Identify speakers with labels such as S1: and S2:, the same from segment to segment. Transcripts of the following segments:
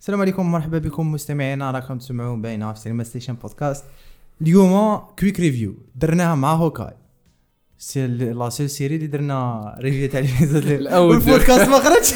S1: السلام عليكم مرحبا بكم مستمعينا راكم تسمعون باينه في سينما ستيشن بودكاست اليوم كويك ريفيو درناها مع هوكاي سي لا سيل سيري اللي درنا ريفيو تاع الإبيزود
S2: الأول.
S1: والبودكاست ما خرجش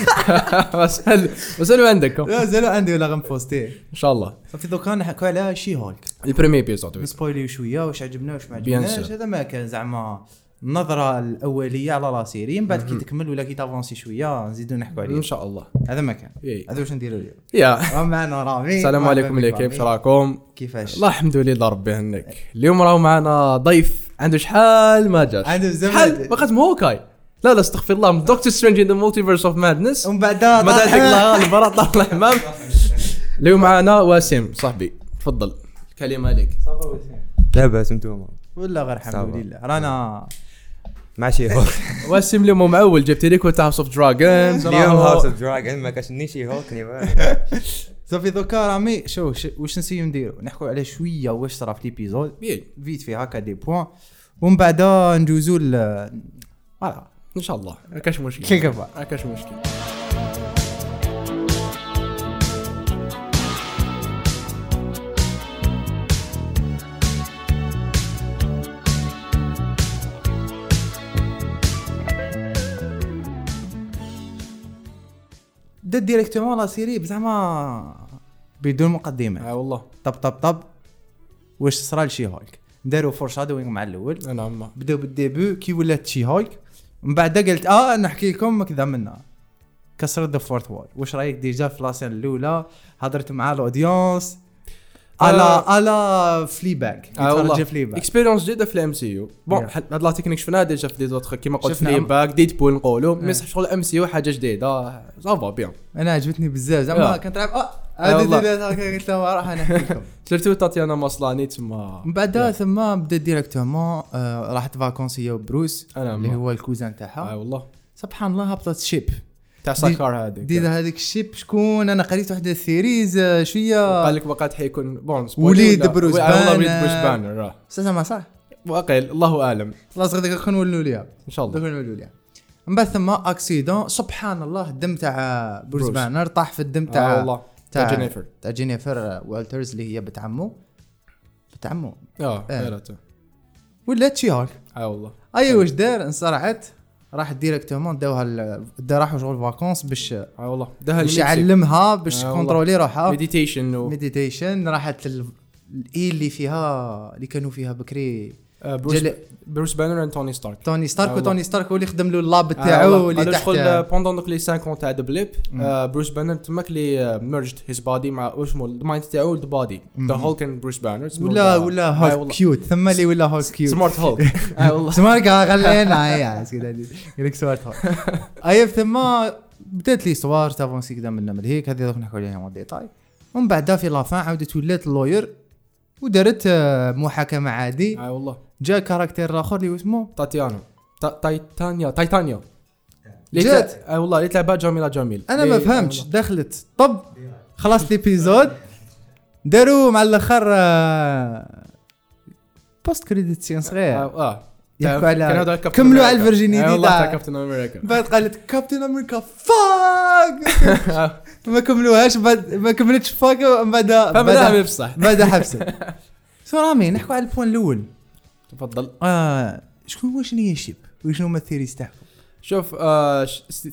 S2: وسهل وسهلوا عندك
S1: لا زالو عندي ولا غنبوستيه
S2: ان شاء الله
S1: صافي دوكا نحكوا على شي هولك
S2: البريمي بيزود
S1: نسبويليو شويه واش عجبنا واش ما
S2: Bien
S1: عجبناش
S2: sûr.
S1: هذا ما كان زعما النظره الاوليه على لا سيري من بعد كي تكمل ولا كي تافونسي شويه نزيدو نحكوا عليه
S2: ان شاء الله
S1: هذا ما كان
S2: إيه.
S1: هذا واش نديرو اليوم
S2: يا
S1: راه معنا رامي
S2: السلام
S1: مرحبا
S2: عليكم
S1: بك
S2: الكيف
S1: رامي.
S2: شو راكم
S1: كيفاش
S2: الله الحمد لله ربي يهنيك اليوم راهو معنا ضيف عنده شحال ما جاش
S1: عنده زمان.
S2: شحال ما قسم هوكاي لا لا استغفر الله من دكتور سترينج ان ذا مالتيفيرس اوف مادنس
S1: ومن بعد
S2: ما دار حق الله البرا طاح الحمام اليوم معنا وسيم صاحبي تفضل الكلمه لك
S3: لاباس انتوما
S1: ولا غير الحمد
S3: صافا.
S1: لله رانا
S3: مع شي هوك
S2: وسيم اليوم هو معول جبت لك وانت هاوس اوف دراجونز
S3: اليوم هاوس اوف دراجون ما كاش ني شي هوك ني والو.
S1: صافي دوكا رامي شو ش- واش نسيو نديرو نحكوا على شويه واش صرا في ليبيزود
S2: إيه،
S1: فيت في هكا دي بوان ومن بعد نجوزو ل فوالا
S2: ان شاء الله ما كاش مشكل
S1: كيف كفا
S2: ما كاش مشكل
S1: دا ديريكتومون لا سيري بزعما بدون مقدمه
S2: اه والله
S1: طب طب طب واش صرا لشي هولك داروا فور شادوينغ مع الاول
S2: نعم
S1: بداو بالديبو كي ولات شي هولك من بعد قلت اه نحكي لكم كذا منا كسرت ذا فورث وول واش رايك ديجا في لاسين الاولى هضرت مع الاودينس على على فلي باك
S2: اه آه. والله
S1: فلي باك
S2: اكسبيريونس جديده في الام سي يو بون
S1: Yeah.
S2: حل- هاد لا تكنيك شفناها ديجا في دي زوتر كيما قلت
S1: شفنا
S2: فلي
S1: عم-
S2: باك ديد بول نقولوا مي صح شغل ام سي يو حاجه جديده صافا بيان
S1: انا عجبتني بزاف زعما
S2: اه.
S1: كنت نلعب اه
S2: اه
S1: هذه
S2: والله.
S1: ديريت هكا قلت لهم راح نحكي لكم
S2: سيرتو تاتيانا ماصلاني تما
S1: من بعد ثم بدا ديريكتومون آه، راحت فاكونسي بروس
S2: انا
S1: اللي
S2: ما-
S1: هو الكوزان
S2: اه
S1: تاعها
S2: والله
S1: سبحان الله هبطت شيب
S2: تاع ساكار هذيك
S1: ديدا هذيك الشيب شكون انا قريت واحده الثيريز آه، شويه
S2: قال لك وقعت حيكون بون
S1: وليد بروس
S2: بانر آه، وليد
S1: بانر.
S2: بروس بانر اه.
S1: استاذ ما صح
S2: واقيل الله اعلم
S1: خلاص غادي نكون نولوا ليها
S2: ان شاء الله
S1: نكون نولوا ليها من بعد ثم اكسيدون سبحان الله الدم تاع بروس
S2: بروس.
S1: بانر طاح في الدم
S2: تاع
S1: تاع
S2: آه، والله تاع جينيفر
S1: تاع جينيفر والترز اللي هي بنت عمو بنت عمو
S2: اه
S1: اه.
S2: غيرته.
S1: ولات شي هولك
S2: اه والله
S1: اي واش دار انصرعت راح ديريكتومون داوها ال- دا راحوا شغل فاكونس باش
S2: اه والله دهن
S1: باش يعلمها باش
S2: آه والله.
S1: كونترولي روحها
S2: مديتيشن و
S1: ميديتيشن راحت لل- الاي اللي فيها اللي كانوا فيها بكري
S2: اه، بروس
S1: جل...
S2: بروس بانر اند توني ستارك
S1: توني
S2: آه
S1: ستارك
S2: والله.
S1: وتوني ستارك هو اللي خدم له اللاب
S2: تاعو
S1: تاعو
S2: اللي
S1: اللي
S2: تحت شغل
S1: تحت
S2: بوندون دوك لي 50 تاع آه، ذا بليب بروس بانر تماك لي ميرجد هيز بادي مع اسمه المايند تاعو ذا بادي ذا هولك اند بروس بانر
S1: ولا ولا هولك كيوت ثم اللي ولا هولك كيوت
S2: سمارت هولك اه والله
S1: سمارك خلينا اي عايز كذا يقول لك سمارت هولك اي ثم بدات لي صوار تافونسي كذا من من هيك هذه دوك نحكوا عليها مون ديتاي ومن بعدها في لافان عاودت ولات لوير ودارت آه، محاكمه عادي
S2: اه والله
S1: جا كاركتير اخر اللي هو اسمه
S2: تاتيانا تا- تايتانيا تايتانيا اللي
S1: جات.
S2: تلع- اه والله اللي تلعبها جميله جميل
S1: انا
S2: اللي-
S1: ما
S2: اه
S1: فهمتش
S2: والله.
S1: دخلت طب خلاص ليبيزود داروا مع الاخر بوست كريديت سين صغير
S2: اه اه.
S1: يحكوا
S2: تاع-
S1: على-
S2: كان هذا كابتن
S1: كملوا
S2: أمريكا.
S1: على الفيرجيني
S2: اه
S1: دي
S2: والله
S1: تاع-
S2: تاع كابتن امريكا
S1: بعد قالت كابتن امريكا فاك ما كملوهاش بعد ما كملتش فاك من بعد
S2: فهمناها من
S1: بعد
S2: بصح
S1: بعد حبسه سو رامي نحكوا على البوان الاول
S2: تفضل
S1: آه شكون واش هي الشيب وشنو هما الثيريز تاعكم
S2: شوف آه،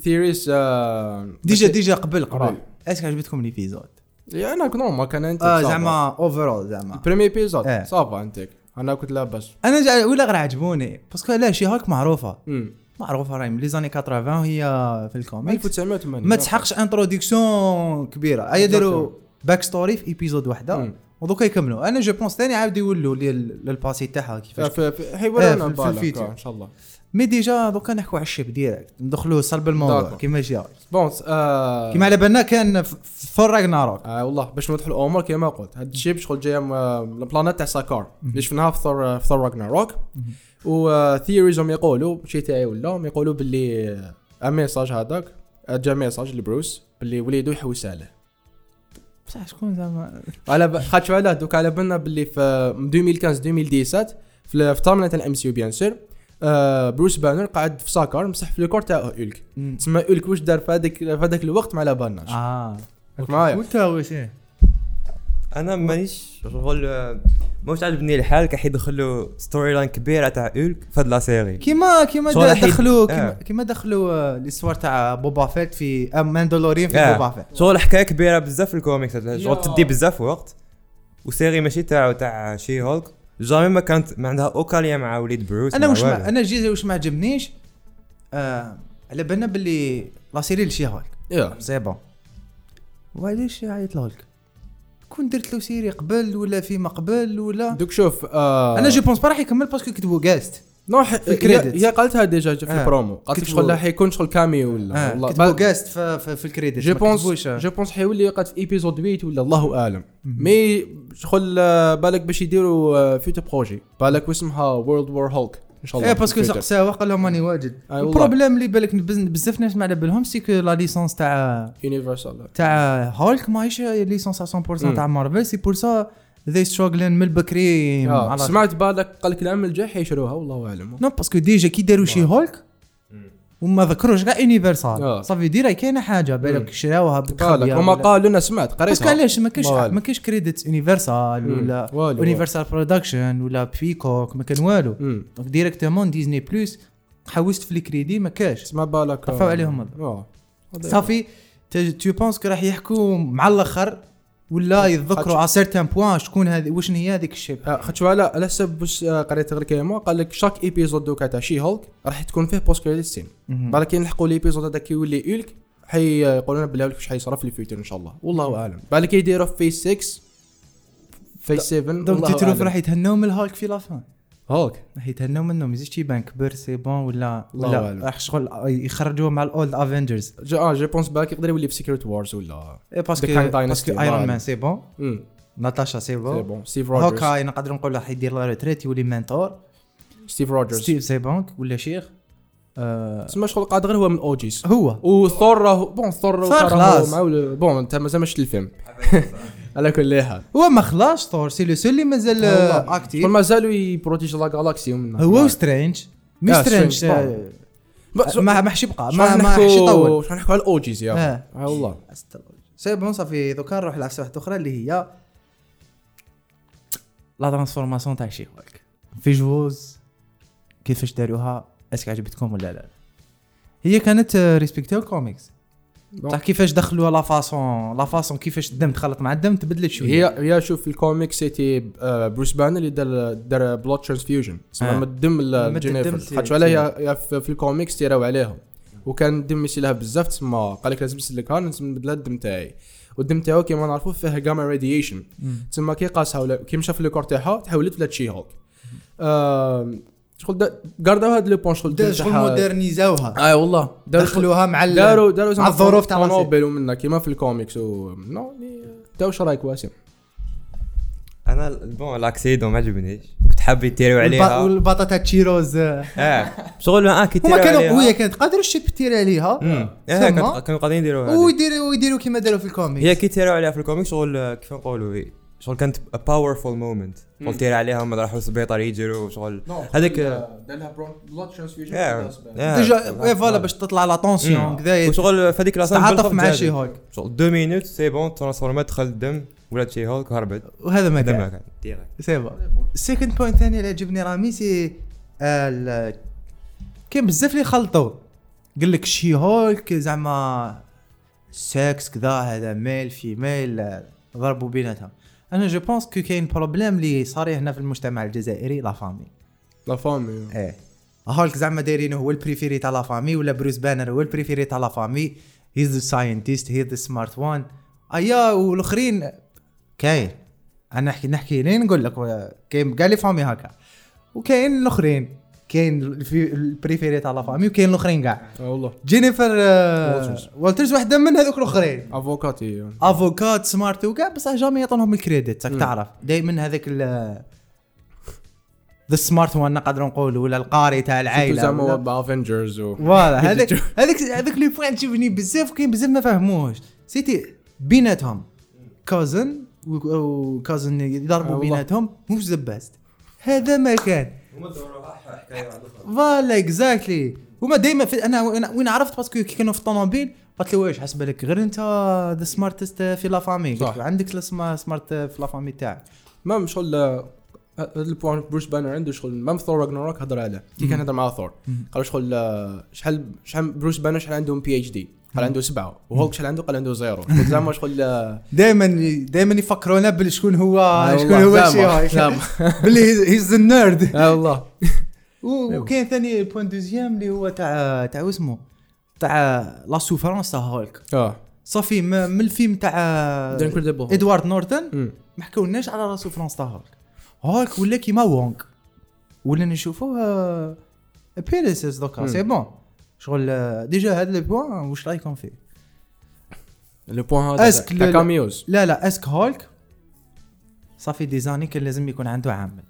S2: ثيريز آه،
S1: ديجا ديجا قبل قبل
S2: قبل.
S1: اسك عجبتكم ليبيزود
S2: انا كنت نورمال كان انت
S1: اه زعما اوفرول زعما
S2: بريمي بيزود
S1: إيه.
S2: آه. صافا انت انا كنت لاباس
S1: انا جا... ولا غير عجبوني باسكو لا شي هاك معروفه
S2: مم.
S1: معروفه راهي من لي زاني 80 هي في الكوميكس
S2: 1980
S1: ما تسحقش انتروديكسيون كبيره ايا داروا باك ستوري في ايبيزود وحده
S2: مم.
S1: ودوكا يكملوا انا جو بونس ثاني عاودوا يولوا لل- للباسي تاعها كيفاش
S2: في في حي
S1: آه،
S2: ولا انا
S1: في- في
S2: بالك
S1: الفيديو.
S2: آه، ان شاء الله
S1: مي ديجا دوكا نحكوا على الشيب ديريكت ندخلوا صلب الموضوع
S2: داكور.
S1: كيما جا
S2: بون آه
S1: كيما على بالنا كان ف- فور راجناروك
S2: آه والله باش نوضح الامور كما قلت هاد الشيب شغل جايه من آه، من البلانات تاع ساكار اللي شفناها في ثور آه، في ثور راجناروك و آه، theories هم يقولوا شي تاعي ولا هم يقولوا باللي آه، الميساج هذاك آه، جا ميساج لبروس باللي وليدو يحوس عليه
S1: بصح شكون زعما
S2: على ب... خاطش علاه دوك على بالنا باللي في من 2015 2017 في ال- في تامنة تاع الام سي بيان سير آه بروس بانر قاعد في ساكار مسح في الكور تاع هولك تسمى هولك واش دار في هذاك في هذاك الوقت ما على بالناش
S1: اه
S2: راك معايا
S1: وانت وش ايه
S3: انا مانيش شغل مش عاجبني الحال كح يدخلوا ستوري لاين كبيره تاع اولك في هاد لا سيري
S1: كيما كيما
S3: صار
S1: د-
S3: الحين-
S1: دخلوا
S3: آه.
S1: كيما- كيما دخلوا آه، الاسوار تاع بوبا فيت في آه، ماندلورين في
S3: آه.
S1: بوبا فيت
S3: شغل حكايه كبيره بزاف في الكوميكس هاد-
S2: يا.
S3: شغل تدي بزاف وقت وسيري ماشي تاعو تاع شي هولك جامي ما كانت ما عندها اوكاليا مع وليد بروس
S1: انا
S3: مع
S1: وش
S3: والو.
S1: ما انا جيت وش ما عجبنيش آه على بالنا باللي لا سيري لشي هولك
S2: يا
S1: سي بون وعلاش عيط لهولك كون درت له سيري قبل ولا فيما قبل ولا
S2: دوك شوف آه،
S1: انا جو بونس با راح يكمل باسكو كتبوا جاست
S2: نو ح...
S1: الكريديت.
S2: هي قالتها ديجا في
S1: آه.
S2: البرومو قالت لك
S1: كتبوا-
S2: شغل حيكون شغل كامي ولا
S1: آه
S2: والله
S1: كتبوا
S2: بل-
S1: جاست في, في, في الكريديت
S2: جو
S1: ما
S2: بونس
S1: كتبوش، آه.
S2: جو بونس حيولي قد في ايبيزود 8 ولا الله اعلم مي شغل آه، بالك باش يديروا آه، فيوتر بروجي بالك واسمها وورلد وور هولك ان شاء الله
S1: ايه باسكو
S2: في الفيوتر.
S1: سقساوه قال لهم راني واجد
S2: أي والله.
S1: البروبليم اللي بالك بز- بزاف ناس ما على بالهم سيكو لا ليسونس تاع
S2: يونيفرسال
S1: تاع هولك ماهيش ليسونس 100% تاع مارفل سي بور سا ذي ستراغلين من البكري
S2: آه،
S1: على-
S2: سمعت بالك قال لك العام الجاي حيشروها والله اعلم
S1: نو باسكو ديجا كي داروا شي هولك وما ذكروش كاع
S2: آه.
S1: يونيفرسال صافي ديرا كاينه حاجه
S2: مم.
S1: بالك شراوها
S2: بالك
S1: بالخبية
S2: هما
S1: ولا-
S2: قالوا انا سمعت
S1: باسكو
S2: قريتها
S1: علاش ما كاينش
S2: والو.
S1: ما كاينش كريديت يونيفرسال
S2: مم.
S1: ولا
S2: والو، والو.
S1: يونيفرسال برودكشن ولا بيكوك ما كان والو
S2: مم.
S1: دونك ديريكتومون ديزني بلوس حوست في الكريدي ما كاش
S2: سمع بالك
S1: طفاو
S2: آه،
S1: عليهم هذا.
S2: آه.
S1: صافي تو بونس راح يحكوا مع الاخر ولا يتذكروا على سيرتان بوان شكون هذه واش هي هذيك الشيب
S2: آه، خاطش على على حسب واش آه، قريت غير كيما قال لك شاك ايبيزود دوكا تاع شي هولك راح تكون فيه بوست كريديت سين بعد كي نلحقوا ليبيزود هذاك يولي اولك حي يقولوا لنا بلا واش حيصرف في الفيوتر ان شاء الله والله اعلم بعد كي يديروا في 6 في 7
S1: دونك
S2: والله
S1: تتروف راح
S2: اعلم
S1: يتهناو من الهالك في لافان
S2: هولك
S1: راح يتهناو منه ما يزيدش يبان كبر سي بون ولا
S2: الله
S1: ولا
S2: أعلم.
S1: راح شغل آه، يخرجوه مع الاولد افنجرز
S2: جو اه جو بونس بالك يقدر يولي في سيكريت وورز ولا
S1: إيه، باسكو
S2: The Kang Dynasty،
S1: باسكو
S2: الله
S1: ايرون
S2: أعلم.
S1: مان سي بون
S2: امم
S1: ناتاشا سي
S2: سي
S1: بون
S2: بون ستيف روجرز
S1: هوكاي نقدر نقول راح يدير لا ريتريت يولي منتور
S2: ستيف روجرز
S1: ستيف سي بونك ولا شيخ آه،
S2: تسمى شغل قاد غير هو من اوجيز
S1: هو
S2: وثور راهو بون ثور راهو-
S1: ثور
S2: راهو
S1: خلاص.
S2: مع ال- بون انت مازال ما شفت الفيلم على كل حال
S1: هو ما خلاش ثور سي لو سول اللي مازال آه، اكتيف
S2: شغل مازالوا يبروتيج لا جالاكسي ومنها
S1: هو سترينج مش
S2: آه،
S1: سترينج
S2: سترينج
S1: آه،
S2: بس-
S1: ما ما حش يبقى ما
S2: شحال
S1: ما
S2: نحكوا-
S1: حش يطول
S2: شحال نحكوا على الاوجيز يا
S1: آه.
S2: أخي. آه والله
S1: سي بون صافي دوكا نروح لعفسه واحده اخرى اللي هي لا ترانسفورماسيون تاع شي هولك في جوز كيفاش داروها اسك عجبتكم ولا لا هي كانت ريسبكتيو الكوميكس
S2: بون.
S1: تاع كيفاش دخلوها لا فاسون لا فاسون كيفاش الدم تخلط مع الدم تبدلت شويه
S2: هي هي شوف في الكوميك سيتي آه، بروس بان اللي دار دار بلوت ترانسفيوجن
S1: آه.
S2: مد الدم
S1: مد الدم
S2: الجينيفر
S1: سي-
S2: خاطش عليها هي- هي في في الكوميك سيراو عليهم وكان الدم يسيلها بزاف تسمى قال لك لازم نسلك هان لازم نبدل الدم تاعي والدم تاعو كيما نعرفوا فيه جاما راديشن
S1: مم.
S2: تسمى كي قاسها ولا كي مشى في الكور تاعها تحولت ولا تشي هولك آه، شغل دا- قارداو هاد لو بون شغل الدم
S1: شغل
S2: تاعها-
S1: مودرنيزاوها
S2: اه والله داروا شغل-
S1: دخلوها مع ال-
S2: داروا داروا
S1: مع الظروف تاع راسي.
S2: نوبل ومنا كيما في الكوميكس و نو تا واش رايك واسم
S3: انا ال- بون الاكسيدو ما عجبنيش كنت حاب يتيروا
S1: والب-
S3: عليها
S1: والبطاطا تشيروز آه.
S3: اه شغل اه كي
S1: هما
S3: يتيروا
S1: كانوا
S3: عليها
S1: قويه كانت قادر الشيب تير عليها
S3: مم.
S1: ثم-
S3: اه كانت- كانوا قاعدين يديروا هذه.
S1: ويديروا ويديروا كيما داروا في الكوميكس
S3: هي كي تيروا عليها في الكوميك شغل آه، كيف نقولوا إيه، شغل كانت باورفول مومنت شغل تيرا عليها هما راحوا السبيطار يجروا شغل
S1: نعم.
S3: هذيك آه،
S2: دار لها بلود ترانسفيوجن
S3: آه، آه.
S1: ديجا اي فوالا باش تطلع لا طونسيون
S3: مم.
S1: كذا
S3: وشغل في هذيك لاسان
S1: تعاطف مع شي هولك
S3: شغل دو مينوت سي بون ترانسفورمات دخل الدم ولات شي هولك هربت
S1: وهذا ما
S3: دمها
S1: كان
S3: كان ديريكت
S1: سي بون السكند بوينت ثاني اللي عجبني رامي سي آه، ال- كاين بزاف اللي خلطوا قال لك شي هولك زعما سكس كذا هذا ميل في ميل آه، ضربوا بيناتهم انا جو بونس كو كاين بروبليم اللي صار هنا في المجتمع الجزائري لا فامي
S2: لا فامي
S1: ايه هولك زعما دايرينه هو البريفيري تاع لا فامي ولا بروس بانر هو البريفيري تاع لا فامي هيز ذا ساينتست هيز ذا سمارت وان ايا والاخرين كاين انا نحكي نحكي لين نقول لك آه، كاين كاع لي فامي هكا وكاين الاخرين كاين الفي- البريفيري تاع لا فامي وكاين الاخرين كاع
S2: اه والله
S1: جينيفر
S2: والترز.
S1: آه والترز واحده من هذوك الاخرين
S2: افوكاتي
S1: افوكات سمارت وكاع بصح جامي يعطونهم الكريديت راك
S2: مم.
S1: تعرف دائما هذاك ال ذا سمارت وان نقدر نقول ولا القاري تاع
S2: عيلة
S1: العائله
S2: زعما
S1: ولا-
S2: با افنجرز و
S1: فوالا هذاك هذاك هذاك لو بوان تشوفني بزاف كاين بزاف ما فهموش سيتي بيناتهم كازن وكازن
S2: آه
S1: يضربوا
S2: والله.
S1: بيناتهم مش ذا بيست هذا ما كان
S3: هما دوروها حكايه واحده اخرى
S1: فوالا اكزاكتلي هما دائما في انا وين- وين عرفت باسكو كي كانوا في الطوموبيل قالت لي ويش حسب بالك غير انت ذا سمارتست في لا فامي
S2: صح.
S1: قلت له عندك سمارت في لا فامي تاعك
S2: المهم شغل آه، هذا البوان بروس بانر عنده شغل مام ثور راجناروك هضر عليه كي كان هضر مع ثور
S1: مم.
S2: قالوا شغل آه، شحال شحال بروس بانر شحال عندهم بي اتش دي قال عنده سبعه وهولك شحال عنده قال عنده زيرو قلت زعما شغل آه،
S1: دائما دائما يفكرونا بالشكون هو شكون
S2: والله،
S1: هو
S2: زعما-
S1: الشيء هاي.
S2: زعما
S1: باللي هيز النيرد
S2: اه والله
S1: وكاين ثاني بوان دوزيام اللي هو تاع تاع اسمه تاع لا سوفرانس تاع هولك
S2: اه
S1: صافي م- من الفيلم تاع
S2: ذا انكريدبل
S1: ادوارد نورتن ما حكاولناش على لا سوفرانس تاع هولك هولك ولا كيما وونغ ولا آه، نشوفوه بيريسيس دوكا
S2: مم.
S1: سي بون شغل آه، ديجا هاد لي بوان واش رايكم فيه
S2: لو بوان هذا
S1: أسك
S2: تاع
S1: لل-
S2: كاميوز
S1: لا لا اسك هولك صافي ديزاني كان لازم يكون عنده عامل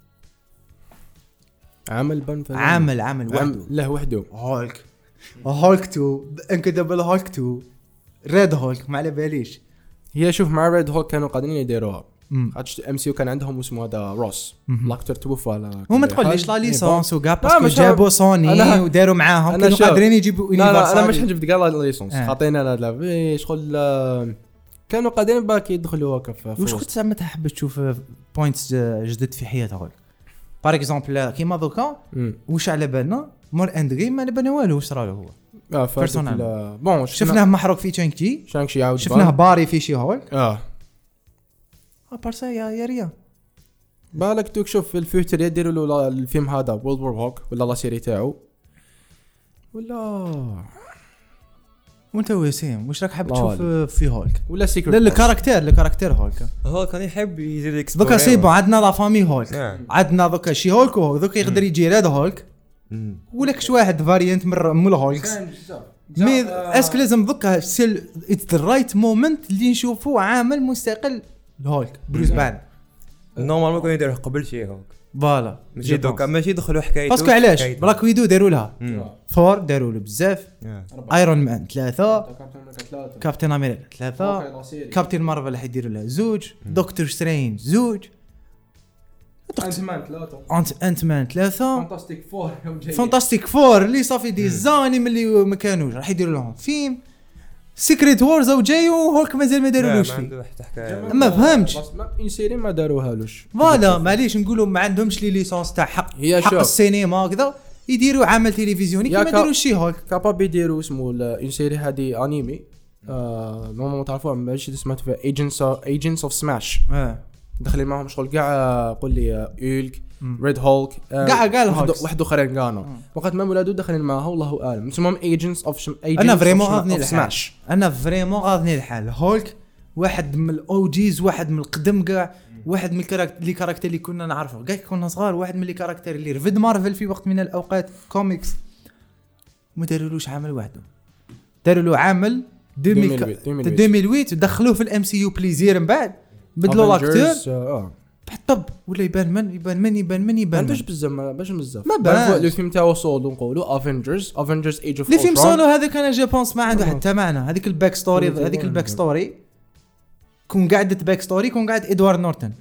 S2: عمل بن فلان.
S1: عامل عامل
S2: عم-
S1: وحده
S2: له وحده
S1: هولك هولك 2 انكدبل هولك 2 ريد هولك ما على باليش
S2: هي شوف مع ريد هول كانوا قادرين يديروها ام سي كان عندهم اسمه هذا روس
S1: مم.
S2: لاكتور توفى على
S1: هو ما
S2: كل
S1: تقول ليش لا
S2: حال.
S1: ليسونس وكاع
S2: لا،
S1: باسكو
S2: مش
S1: جابوا
S2: أنا-
S1: سوني وداروا معاهم
S2: أنا
S1: كانوا
S2: شوف.
S1: قادرين يجيبوا
S2: لا لا انا مش
S1: Universal.
S2: حنجبد كاع لا ليسونس
S1: آه.
S2: خاطينا لا لا إيه، شغل آه، كانوا قادرين باك يدخلوا هكا في في
S1: واش
S2: وسط.
S1: كنت زعما تحب تشوف بوينتس جدد في حياتك هولك باغ اكزومبل كيما دوكا
S2: مم.
S1: واش على بالنا مور اند جيم ما على بالنا والو واش صرا له هو
S2: اه فهذوك
S1: Persona.
S2: ال- بون شفنا
S1: شفناه محروق في تشانك جي
S2: شانك شي عاود
S1: شفناه
S2: بان.
S1: باري في شي هولك
S2: اه
S1: ابار آه، سا يا يا ريا
S2: بالك توك شوف في الفيوتر يديروا له الفيلم هذا وولد وور هوك ولا لا سيري تاعو ولا
S1: وانت وسيم واش راك حاب
S2: الله
S1: تشوف
S2: أعلم.
S1: في هولك
S2: ولا سيكريت
S1: لا الكاركتير الكاركتير هولك
S3: هو كان يحب يزيد اكسبلور
S1: دوكا سي بون عندنا لا فامي هولك
S3: نعم
S1: عندنا دوكا شي هولك وهولك دوكا يقدر يجي راد هولك
S3: مم.
S1: ولا كش واحد فاريانت من من الهولكس مي اسك لازم دوكا سيل اتس ذا رايت مومنت اللي نشوفو عامل مستقل الهولك بروس بان
S3: نورمالمون كان يدير قبل شي هو
S1: فوالا
S3: ماشي دوكا ماشي يدخلوا حكايته
S1: باسكو علاش
S3: حكايته.
S1: بلاك ويدو داروا لها
S3: مم.
S1: ثور داروا له بزاف
S3: نعم.
S1: ايرون مان ثلاثه كابتن امريكا ثلاثه كابتن مارفل حيديروا لها زوج دكتور سترينج زوج
S2: مان ثلاثة
S1: انت انت مان ثلاثه
S2: فانتاستيك فور
S1: فانتاستيك فور اللي صافي دي زاني من اللي ما كانوش راح يديروا لهم فيلم سيكريت وورز او جاي وهولك مازال ما
S3: نعم،
S1: دارولوش
S3: ما
S1: فيه
S3: عنده حتى حكايه
S1: ما فهمتش.
S2: اون سيري ما داروهالوش
S1: فوالا معليش نقولوا ما عندهمش لي ليسونس تاع حق
S2: هي
S1: حق
S2: شوف.
S1: السينما هكذا يديروا عمل تلفزيوني
S2: يا
S1: كيما
S2: كا-
S1: داروا شي هولك
S2: كاباب يديروا اسمه اون سيري هذه انيمي آه، نورمالمون تعرفوها ماشي سمعت فيها ايجنتس ايجنتس اوف سماش داخلين معاهم شغل كاع قول لي آه، هولك
S1: مم.
S2: ريد هولك
S1: قاع- قاع الهولكس.
S2: واحد اخرين كانوا وقت ما ولادو داخلين معاه والله اعلم اسمهم ايجنتس اوف
S1: انا فريمون غاضني الحال
S2: سماش
S1: انا فريمون غاضني الحال هولك واحد من الاو جيز واحد من القدم كاع واحد من الكاركتر لي كاركتر اللي كنا نعرفه كاع كنا صغار واحد من لي كاركتر اللي رفد مارفل في وقت من الاوقات كوميكس ما دارولوش عامل وحده داروا له عامل 2008
S2: 2008.
S1: 2008 ودخلوه في الام سي يو بليزير من بعد بدلوا لاكتور طب ولا يبان من يبان من يبان من
S2: آه، ما
S1: يبان من
S2: عندوش بزاف ما باش بزاف
S1: ما
S2: بعرف
S1: بانش.
S2: لو فيلم تاعو سولو نقولوا افنجرز افنجرز ايج اوف
S1: لي فيلم سولو هذاك انا جو بونس ما عنده حتى معنى هذيك الباك ستوري
S2: مم.
S1: هذيك الباك ستوري كون قعدت باك ستوري كون قعد ادوارد نورتن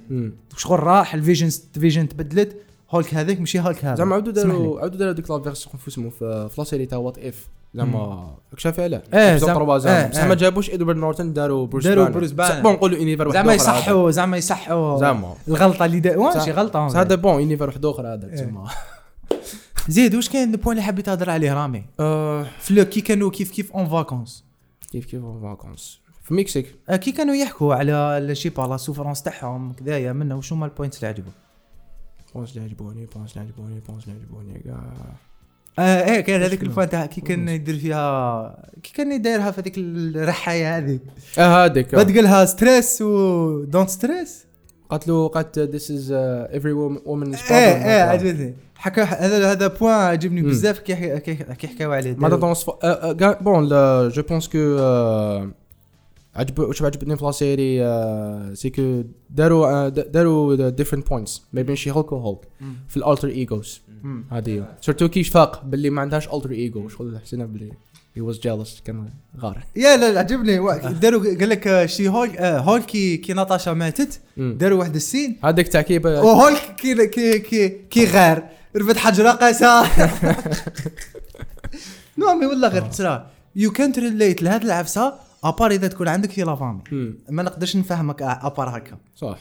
S1: شغل راح الفيجن الفيجن تبدلت هولك هذاك ماشي هولك هذا
S2: زعما عاودوا
S1: اسمح لي.
S2: داروا عاودوا داروا ديك لا فيرسيون في اسمه في في لا سيري تاع وات اف زعما اكشاف عليه
S1: إيه، زعما-
S2: زعما
S1: إيه،
S2: بصح ما
S1: إيه.
S2: جابوش ادوارد نورتن داروا بروس
S1: داروا
S2: بانر.
S1: بروس
S2: بصح
S1: بانر.
S2: بون نقولوا انيفر واحد
S1: زعما
S2: آخر هذا.
S1: يصحوا زعما يصحوا
S2: زعما
S1: الغلطه اللي دا واه
S2: صح.
S1: ماشي غلطه
S2: بصح هذا بون انيفر واحد اخر هذا
S1: إيه.
S2: تسمى
S1: زيد واش كاين البوان اللي حبيت تهضر عليه رامي
S2: آه،
S1: في لو كي كانوا كيف كيف اون فاكونس
S2: كيف كيف هو فاكونس في مكسيك
S1: آه، كي كانوا يحكوا على ال- شي با لا سوفرونس تاعهم كذايا منه وشو هما البوينتس اللي عجبوك
S2: بونس اللي عجبوني بونس اللي عجبوني بونس اللي عجبوني كاع
S1: اه ايه كان هذيك
S2: شنو؟
S1: الفان تاع كي كان يدير فيها كي كان دايرها في هذيك الرحايه هذيك
S2: اه هذيك آه.
S1: بعد قالها ستريس و دونت ستريس
S2: قالت له قالت ذيس از افري وومن
S1: ايه ايه عجبتني حكى هذا هذا بوان عجبني
S2: مم.
S1: بزاف كي حكي- كي- كي حكاو عليه
S2: ماذا
S1: دايروا-
S2: تنصف أه، بون جو بونس كو أه، عجب واش عجبتني في لا سيري آه، سي كو داروا آه، د- داروا ديفرنت بوينتس ما بين شي هولك وهولك
S1: مم.
S2: في الالتر ايجوز
S1: مم.
S2: هذه سيرتو كي شفاق باللي ما عندهاش التر ايجو شغل حسينا باللي هي واز جالس كان غار
S1: يا لا لا عجبني وا- داروا قال لك آه، شي هولك آه، هولك كي كي ناتاشا ماتت
S2: مم.
S1: داروا واحد السين
S2: هذاك تعكيب آه،
S1: وهولك كي كي كي كي غار رفد حجره قاسا نو مي نعم، والله غير تصرا يو كانت ريليت لهذه العفسه ابار اذا تكون عندك في لافامي
S2: مم.
S1: ما نقدرش نفهمك ابار هكا
S2: صح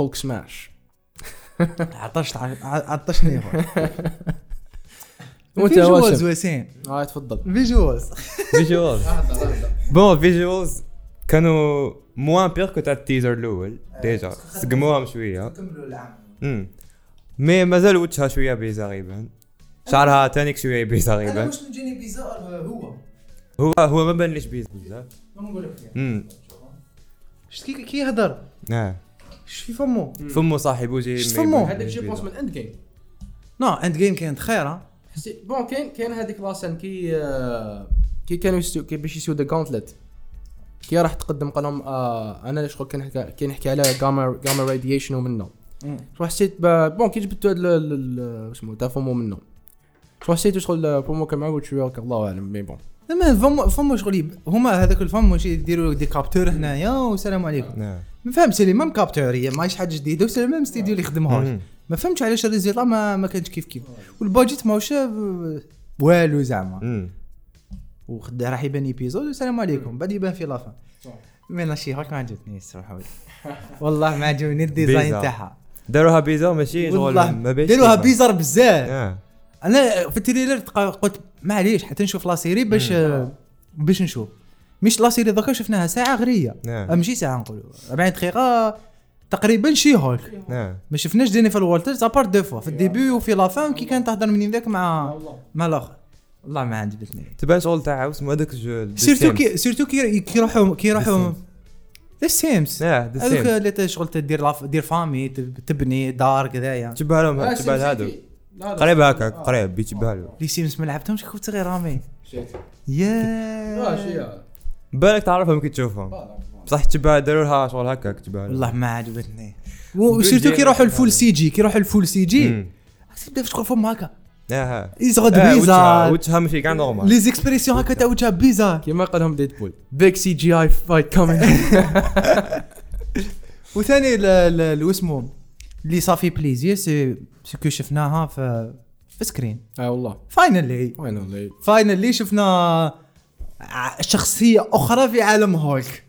S2: هولك سماش
S1: عطشت ع- عطشني هو
S2: وانت
S1: فيجوالز
S2: واسم
S1: وسيم
S2: اه تفضل
S1: فيجوالز
S3: فيجوالز بون فيجوالز كانوا موان بيغ كو تاع التيزر الاول ديجا سقموهم شويه امم مي مازال وجهها شويه بيزا غيبان شعرها تانيك شويه بيزا غيبان
S1: مجيني بيزار هو
S3: هو هو ما بانليش بيزا بزاف
S1: نقول لك
S3: امم
S1: كي كي يهضر
S3: اه
S1: اش في فمو
S3: فمو صاحب وجهي
S1: شو فمو؟
S2: هذاك جي بونس من اند جيم
S1: نو اند جيم نعم، كانت خيره
S2: حسيت بون كاين كاين هذيك لاسن كي آه، كي كانوا يسو كي باش يسيو ذا جونتلت كي راح تقدم قال لهم آه انا شغل كنحكي كنحكي على جاما جاما راديشن ومنه شو حسيت ب- بون كي جبتو هاد ال- ال- ال- اسمه تاع فمو منه شو حسيت شغل برومو كان معاه قلت شويه هكا، الله اعلم مي بون
S1: زعما فمو فمو شغل يب- هما هذاك الفم واش يديروا دي كابتور هنايا والسلام عليكم
S3: آه.
S1: ما فهمتش اللي مام كابتور هي ماهيش حاجه جديده وسي ميم ستيديو اللي
S3: مم.
S1: خدمها ما فهمتش علاش الريزلت ما ما كانش كيف كيف والبادجيت ماهوش والو زعما
S3: امم
S1: وخد راح يبان ايبيزود والسلام عليكم بعد يبان في لافان مي لا شي هاك ما عجبتني صراحه والله ما عجبني الديزاين
S3: بيزار.
S1: تاعها
S3: داروها بيزا ماشي شغل
S1: والله
S3: ما بانش
S1: ديروها
S3: كيفها.
S1: بيزار بزاف
S3: اه
S1: انا في التريلر تق- قلت معليش حتى نشوف لا سيري باش آه، باش نشوف مش لا سيري دوكا شفناها ساعه غريه
S3: نعم.
S1: ماشي ساعه نقولوا 40 دقيقه تقريبا شي هولك
S3: اه
S1: ما شفناش جينيفر والترز ابار دو فوا في الديبي وفي لا فان كي كانت تهضر من ذاك مع
S3: آه،
S1: مع الاخر والله ما عجبتني
S3: تبان شغل تاع اسمه هذاك الجو-
S1: سيرتو
S3: The Sims.
S1: كي سيرتو كي كي يروحوا كي يروحوا ذا سيمز
S3: اه The
S1: هذوك
S3: Sims.
S1: اللي تا- شغل تدير لاف- دير فامي تب- تبني دار يعني. كذايا
S3: تشبه
S2: آه،
S1: آه،
S3: لهم تشبه لهذو قريب هكا قريب يتشبه له
S1: لي سيمز ما لعبتهمش كنت صغير رامي
S2: آه،
S1: يا
S3: بالك تعرفهم كي تشوفهم بصح تشبه داروا لها شغل هكا تشبه لها.
S1: آه. والله ما عجبتني
S3: جيم
S1: وسيرتو كي يروحوا
S3: يعني.
S1: الفول سي جي كي يروحوا الفول سي جي
S3: مم.
S1: تبدا تدخل فم هكا
S3: اه
S1: يزغد
S3: وجهها
S1: بيزار
S3: وجهها ماشي كاع نورمال
S1: لي زيكسبريسيون هكا تاع وجهها بيزار
S2: كيما قال لهم ديد بول بيج سي جي اي فايت كومينغ
S1: وثاني ال- ال- ال- اسمه اللي صافي بليزير سي سي كو شفناها في في سكرين
S2: اه والله
S1: فاينلي
S2: فاينلي
S1: فاينلي شفنا ع- شخصيه اخرى في عالم هولك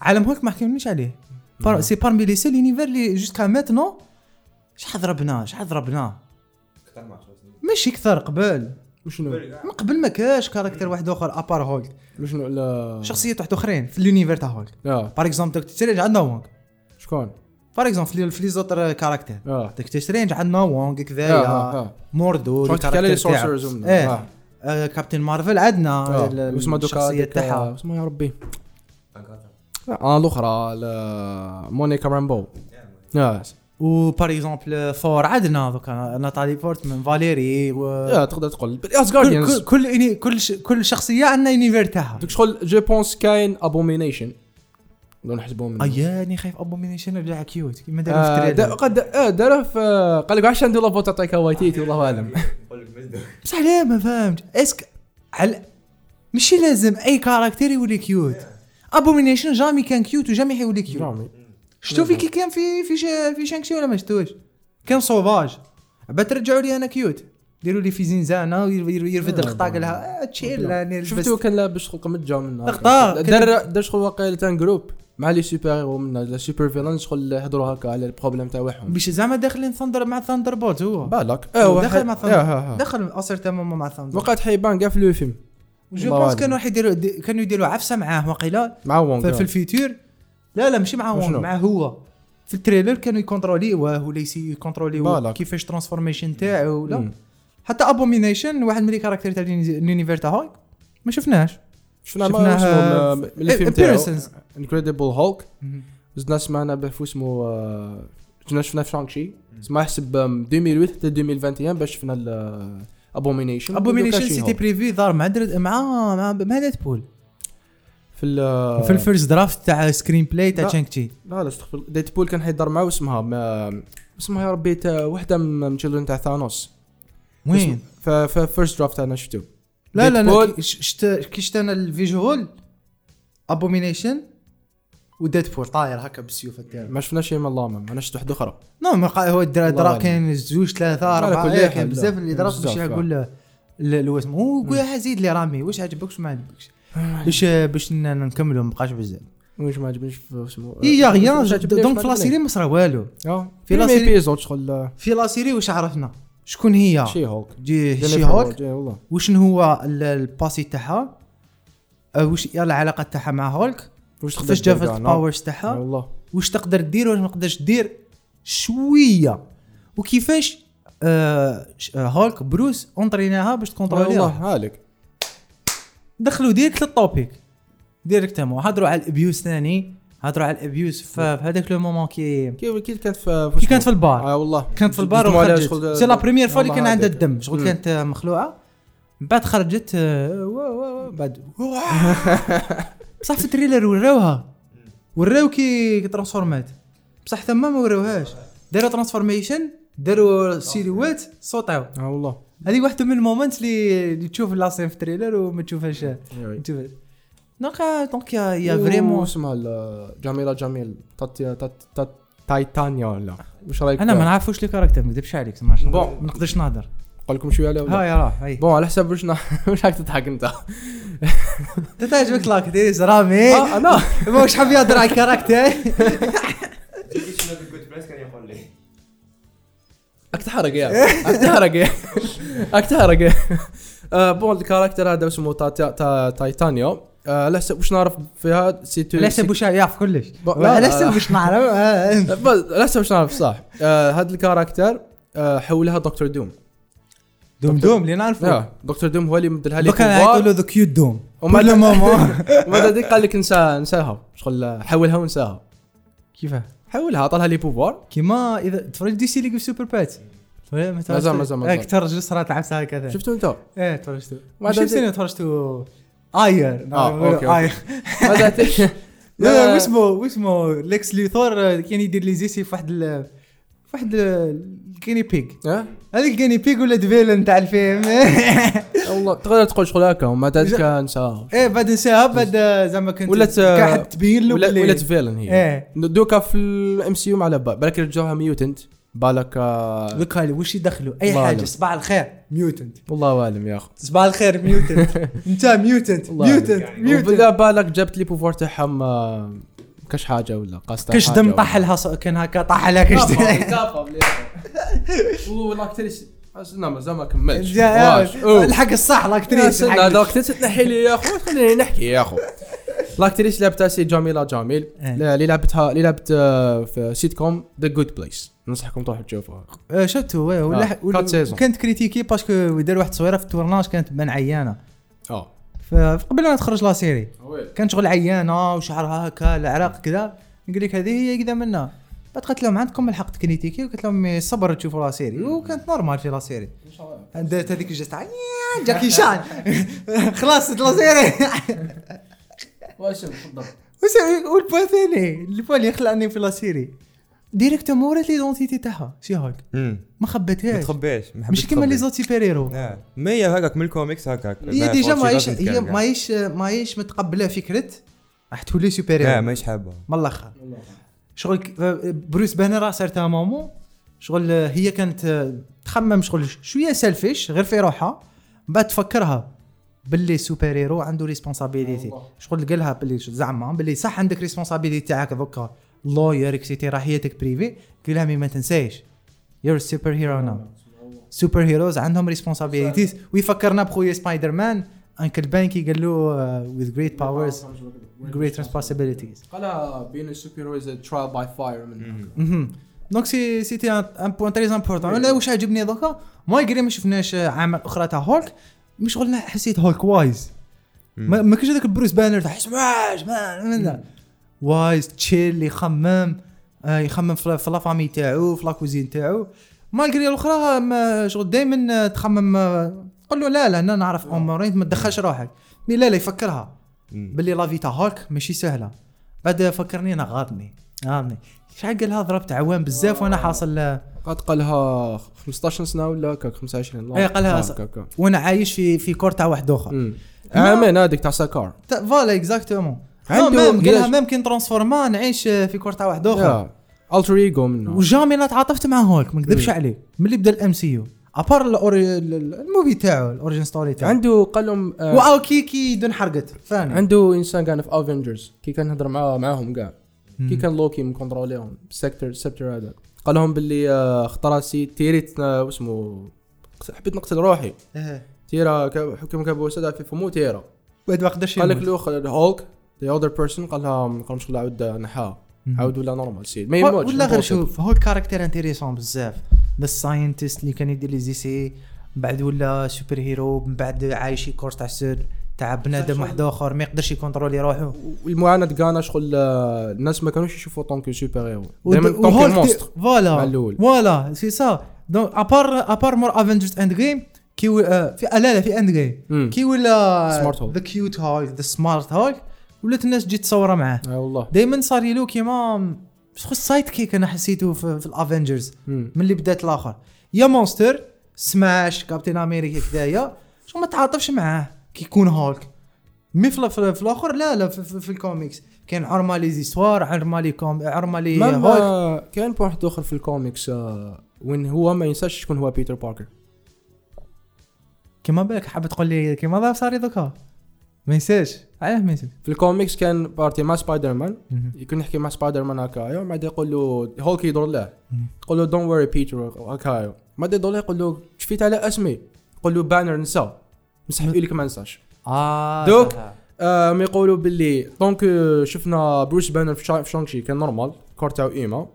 S1: عالم هولك ما حكيناش عليه بار
S2: نعم.
S1: سي بارمي لي سيل يونيفر اللي جوسكا ماتنو شحال ضربناه شحال ضربناه ماشي كثر قبل
S2: وشنو
S1: من قبل ما كاش كاركتر واحد اخر ابار هولك
S2: وشنو لا
S1: شخصيات واحد اخرين في اليونيفر تاع هولك
S2: اه
S1: باغ اكزومبل دكتور سترينج عندنا هونك
S2: شكون
S1: باغ اكزومبل في لي- في لي زوتر كاركتر
S2: اه
S1: دكتور سترينج عندنا وونغ
S2: آه، آه،
S1: كذايا
S2: آه.
S1: موردو
S2: شغل تحكي على لي
S1: الكاركتر تاعه.
S2: سورسرز ومنه. آه.
S1: ايه آه، كابتن مارفل عندنا ال-
S2: آه. واسمها دوكا
S1: الشخصيه
S2: هذيك، آه،
S1: تاعها
S2: اسمها يا ربي اه الاخرى لا، مونيكا رامبو اه
S1: وبار اكزومبل فور عندنا دوكا ناتالي بورتمان فاليري و
S2: آه، تقدر تقول
S1: كل كل
S2: اسغارديانز
S1: كل إني- كل ش- كل شخصيه عندنا يونيفير تاعها
S2: دوك شغل جو بونس كاين ابومينيشن لو نحسبوه
S1: Ah,
S2: منه
S1: اياني خايف ابومينيشن ولا كيوت كيما داروا في
S2: آه، دا-
S1: التريلر
S2: قد آه، داروا في آه، قال لك عشان ندير لابوت تاع وايتيتي والله اعلم
S1: بصح لا ما فهمت اسك على ماشي لازم اي كاركتير يولي كيوت ابومينيشن جامي كان كيوت وجامي حيولي كيوت
S2: جرامي
S1: شفتو في كي كان في في شا في شانكشي ولا ما شفتوش كان سوفاج عباد ترجعوا لي انا كيوت ديروا لي في زنزانه وير- ير- يرفد الخطاق لها آه، تشيل راني لبست
S2: شفتو كان لابس شغل قمجه من
S1: أخطاء.
S2: دار دار شغل واقيلا تاع جروب مع لي سوبر هيرو من لي سوبر فيلان شغل هضروا هكا على البروبليم تاعهم
S1: مش زعما داخلين ثندر مع ثاندر بولت هو
S2: بالك
S1: هو
S2: واحد-
S1: دخل مع
S2: آه، آه،
S1: ثاندر
S2: آه.
S1: دخل اصر تماما مع ثاندر
S2: وقعت حيبان كاع في لو فيلم
S1: جو
S2: الله
S1: بونس
S2: أعلم.
S1: كانوا راح يديروا دي- كانوا يديروا عفسه معاه وقيلا
S2: مع وونغ
S1: في, في الفيتور لا لا ماشي مع
S2: وشنو؟
S1: وون مع هو في التريلر كانوا يكونتروليوه ولا يسي- يكونتروليوه
S2: بالك.
S1: كيفاش ترانسفورميشن تاعه ولا
S2: مم.
S1: حتى ابومينيشن واحد من لي كاركتير تاع اليوني- اليونيفير تاعو ما إيه، شفناش
S2: شفنا
S1: شفناها
S2: ما إيه، اسمه من- من الفيلم تاعو
S1: appearances.
S2: انكريدبل هولك زدنا سمعنا به في اسمه آه، زدنا شفنا في شانكشي ما حسب آم، 2008 حتى 2021 باش شفنا آه، الابومينيشن
S1: ابومينيشن سيتي بريفي دار مع درد مع مع مع ديدبول
S2: في ال-
S1: في الفيرست درافت تاع سكرين بلاي تاع
S2: آه. لا.
S1: تشانك تشي
S2: لا لا استغفر الله ديدبول كان حيدار معاه اسمها ما اسمها يا ربي تاع وحده من من children تاع ثانوس
S1: وين
S2: ففيرست درافت انا شفته
S1: لا لا لا
S2: Deadpool.
S1: كي شت كي شت انا الفيجوال ابومينيشن وديدبول طاير هكا بالسيوف تاعو
S2: ما شفنا شيء من اللهم انا شفت واحده اخرى
S1: نو ما قا- هو الدرا
S2: والله
S1: درا
S2: أعلم.
S1: كاين زوج ثلاثه
S2: لا، لا،
S1: اربعه
S2: كل
S1: إيه،
S2: واحد،
S1: كاين
S2: لا.
S1: بزاف اللي درا
S2: بزاف،
S1: باش
S2: آه.
S1: يقول له ال- الوسم هو يقول لها زيد لي رامي واش عجبك واش ما عجبكش باش باش ن- نكملوا ما بقاش بزاف
S2: واش ما عجبنيش في اسمه
S1: اي إيه، يا غيان
S2: واش عجبني، واش
S1: دونك
S2: ما
S1: في
S2: عجبني.
S1: لا سيري ما صرا والو
S2: اه
S1: في
S2: في
S1: لا
S2: لا
S1: سيري-
S2: ايبيزود شغل
S1: في لا سيري واش عرفنا شكون هي
S2: شي هوك
S1: جي شي هوك
S2: والله
S1: وشن هو ال- الباسي تاعها أه، واش هي العلاقه تاعها مع هولك
S2: واش
S1: كيفاش
S2: تقدر
S1: جابت
S2: تدير كاع؟ نعم.
S1: الباورز
S2: آه،
S1: تاعها
S2: والله
S1: واش تقدر دير واش ما تقدرش دير شويه وكيفاش آه ش- آه، هولك بروس اونطريناها باش
S2: آه، والله
S1: تكونتروليها
S2: هالك
S1: دخلوا ديريكت للطوبيك ديريكتومون هضروا على الابيوز ثاني هضروا على الابيوز في
S2: نعم.
S1: هذاك لو مومون كي
S2: كيف كيف كانت في
S1: كي كانت في البار
S2: اه والله
S1: كانت في البار
S2: جبتهم على
S1: وخرجت
S2: شغل-
S1: سي لا بريمير فوا اللي
S2: والله
S1: كان عندها
S2: هاديك.
S1: الدم شغل
S2: نعم، مم.
S1: كانت آه، مخلوعه من بعد خرجت آه، وا- وا- وا- بعد بصح في التريلر وراوها وراو كي كي ترانسفورمات بصح ثما ما وراوهاش داروا ترانسفورميشن داروا سيلوات صوتاو
S2: اه والله
S1: هذه واحده من المومنت اللي اللي تشوف لاسين في التريلر وما تشوفهاش
S2: إيه.
S1: تشوفهاش دونك آه، دونك يا يا فريمون
S2: اسمها ال- جميله جميل تات تات تات تايتانيا ولا واش رايك
S1: انا ما نعرف واش لي كاركتر ما نكذبش عليك ما
S2: بون.
S1: ما نقدرش نهضر
S2: نقول لكم شويه عليها
S1: ها
S2: ولا
S1: يا راح هاي
S2: بون على حسب واش نا- واش راك تضحك انت اه
S1: تعجبك لاك ديري زرامي
S2: انا
S1: ما واش حاب يهضر على الكاركتر
S2: راك تحرق يا راك تحرق يا راك تحرق يا آه، بون الكاركتر هذا اسمه تا- تا- تا- تايتانيا آه، على حسب واش نعرف فيها سيتو
S1: على حسب واش يعرف كلش
S2: لا،
S1: على
S2: لا.
S1: حسب واش نعرف آه.
S2: بس على حسب واش نعرف صح آه، هاد الكاركتر آه، حولها دكتور دوم
S1: دوم دوم اللي نعرفه
S2: آه، دكتور دوم هو اللي مدلها لي
S1: دوكا نعيطوا له ذا كيوت دوم
S2: وما-
S1: ولا ماما
S2: وبعد هذيك قال لك نساها نساها شغل حولها ونساها
S1: كيفاه
S2: حولها عطاها لي
S1: إيه.
S2: بوفوار
S1: كيما اذا تفرج دي سي ليج اوف سوبر بات
S2: مازال- مازال- مازال.
S1: اكثر جسرات عبسه هكذا
S2: شفتوا انت
S1: ايه تفرجتو
S2: وبعد
S1: شفت
S2: هذه-
S1: سنة تفرجتو اير
S2: آه، أوكي، أوكي.
S1: اير
S2: هذا
S1: إيه،
S2: تي-
S1: نعم، لا لا واسمه واسمه ليكس ليثور كان يدير لي زيسي في واحد ال- في واحد ال- الكيني بيج
S2: آه،
S1: هذيك الكيني بيج ولا فيلن تاع الفيلم
S2: والله تقدر تقول شغل هكا وما هذيك نساها
S1: ايه بعد نساها بعد زعما كنت
S2: ولات- آه،
S1: قاعد تبين له إيه؟
S2: ولا
S1: باللي-
S2: ولا فيلن هي
S1: ايه
S2: دوكا في الام سي يو ما على بالك بالك رجعوها ميوتنت بالك آه،
S1: دوك هاي وش يدخلوا اي
S2: الله
S1: حاجه
S2: أعلم.
S1: صباح الخير ميوتنت
S2: والله اعلم يا اخو
S1: صباح الخير ميوتنت انت ميوتنت
S2: الله أعلم.
S1: ميوتنت ميوتنت
S2: وبلا بالك جابت لي بوفوار تاعهم آه، كاش حاجه ولا قاصده
S1: كش
S2: حاجة
S1: دم
S2: ولا-
S1: طاح لها ص- كان هكا طاح لها كش دم.
S2: والاكتريس استنى مازال نعم، ما كملتش
S1: جا-
S2: واش. أوه.
S1: الحق الصح
S2: يا
S1: الاكتريس
S2: سنة
S1: الحق.
S2: دوك تنحي لي يا اخو خليني نحكي يا اخو لاكتريس لعبتها سي جميلة جميل
S1: إيه.
S2: اللي لعبتها اللي لعبت آه، في سيت كوم ذا جود بليس ننصحكم تروحوا تشوفوها
S1: آه، شفته وي ولا
S2: آه، كات سيزون.
S1: كانت كريتيكي باسكو دار واحد التصويره في التورناج كانت تبان عيانه
S2: اه
S1: ف- قبل ما تخرج لا سيري كانت شغل عيانه وشعرها هكا العراق كذا يقول لك هذه هي كذا منها بعد قالت لهم عندكم الحق تكنيتيكي وقالت لهم "إيه، صبر تشوفوا لا سيري وكانت نورمال في لا سيري درت هذيك جات عيان جاكي شان خلاص لا سيري
S2: واش تفضل
S1: وس- والبوان الثاني البوان اللي خلاني في لا سيري ديريكتومون ورات ليدونتيتي تاعها شي هاك
S3: امم
S1: ما
S3: ما
S1: خبتهاش
S3: تخبيش ما
S1: إيه. مش كيما لي زوت سوبر هيرو
S3: اه ما هي هكاك من الكوميكس هكاك
S1: هي
S3: ما
S1: ديجا
S3: فهمتش
S1: ماهيش
S3: لازم
S1: هي
S3: تكلم.
S1: ماهيش ماهيش متقبله فكره راح تولي سوبر
S3: اه
S1: هيرو
S3: ماهيش حابه
S1: من الاخر شغل ك- بروس بانر صارت ان مومون شغل هي كانت آه، تخمم شغل شويه سيلفيش غير في روحها من بعد تفكرها باللي سوبر هيرو عنده ريسبونسابيليتي شغل قالها باللي ش- زعما باللي صح عندك ريسبونسابيليتي تاعك دوكا لوير اكسيتيرا حياتك بريفي قال لها مي ما تنساش يور سوبر هيرو ناو سوبر هيروز عندهم ريسبونسابيليتيز ويفكرنا بخويا سبايدر مان انكل بان كي قال له وذ جريت
S2: آه،
S1: باورز جريت ريسبونسابيليتيز
S2: قالها بين السوبر هيروز ترايل باي فاير من
S1: مهم. دونك سي سيتي ان ان بوان تري امبورطون انا واش عجبني دوكا ما قري ما شفناش آه، عمل اخرى تاع هولك مش قلنا حسيت هولك وايز ما ما كانش هذاك البروس بانر تاع سماش ما- ما- لا. وايز تشيل يخمم آه، يخمم في في لا فامي تاعو في لا كوزين تاعو مالغري الاخرى ما- شغل دائما تخمم آه، تقول له لا لا انا نعرف امورين ما تدخلش روحك مي لا لا يفكرها
S3: مم.
S1: باللي لافي تاع هولك ماشي سهله بعد فكرني انا غاضني غاضني شحال قالها ضربت عوام بزاف وانا حاصل
S2: قد قالها 15 سنه ولا هكاك 25 لا
S1: إيه، قالها
S2: آه،
S1: س-
S2: هكاك.
S1: وانا عايش في في كور تاع واحد اخر
S2: أمم.
S1: آه،
S2: عامين هذيك تاع ساكار
S1: تا- فوالا اكزاكتومون
S2: عنده-
S1: قالها
S2: ياش-
S1: ميم كي نترونسفورما نعيش آه، في كور تاع واحد اخر
S2: التر ايجو منها
S1: وجامي انا تعاطفت مع هولك ما نكذبش عليك ملي بدا الام سي يو ابار الأوري- ال- الموفي تاعه الاوريجن ستوري تاعه
S2: عنده قال لهم آه،
S1: واو كيكي دون حرقت ثاني
S2: عنده انسان كان في افنجرز كي كان هضر معاه معاهم كاع كي كان لوكي مكونتروليهم سيكتور سبتر هذاك قال لهم باللي آه، خطره سي تيريت آه، واسمه حبيت نقتل روحي تيرا ك- حكم كابوس هذا في فمو تيرا
S1: إيه. بعد ما قدرش
S2: قال لك الاخ هولك ذا اذر بيرسون قال لها قال لهم شغل عاود نحاها عاود ولا نورمال سيد ما يموتش
S1: ولا غير
S2: impossible.
S1: شوف هو كاركتير انتريسون بزاف ذا ساينتست اللي كان يدير لي زي سي بعد ولا سوبر هيرو من بعد عايش كورس تاع سر تاع بنادم واحد اخر ما يقدرش يكونترولي روحه
S2: والمعاناه كانا شغل آه، الناس ما كانوش يشوفوا طونك سوبر هيرو دائما
S1: ود-
S2: طونك
S1: وهولك-
S2: مونستر مع
S1: فوالا
S2: الأول.
S1: فوالا سي سا دونك ابار ابار مور افنجرز اند جيم كي و- آه، في آه، لا لا في اند جيم
S2: مم.
S1: كي ولا
S2: Hmm. Smart Hulk.
S1: ذا كيوت هولك ذا سمارت هولك ولات الناس تجي تصور معاه
S2: اي آه، والله
S1: دائما صار يلو كيما شكون السايد كيك انا حسيته في, في الافنجرز
S2: مم.
S1: من اللي بدات الاخر يا مونستر سماش كابتن امريكا كدايا شو ما تعاطفش معاه كي يكون هولك مي في, ال- في, ال- في الاخر لا لا في, في, في الكوميكس كاين عرما لي زيستوار عرما لي كوم عرما لي هولك
S2: مما كان واحد اخر في الكوميكس آه، وين هو ما ينساش شكون هو بيتر باركر
S1: كيما بالك حاب تقول لي كيما ضاف صاري دوكا ما ينساش علاه ما ينساش
S2: في الكوميكس كان بارتي مع سبايدر مان
S1: مهم.
S2: يكون يحكي مع سبايدر مان هكايا ومن بعد يقول له هولك يدور له
S1: مم.
S2: يقول له دونت وري بيتر هكايا من بعد يدور له يقول له شفيت على اسمي يقول له بانر نساه مستحيل لك ما نساش
S1: اه
S2: دوك.
S1: صح.
S2: آه، ما يقولوا باللي دونك آه، شفنا بروس بانر في, شا... في شانغ شي كان نورمال كور تاعو ايما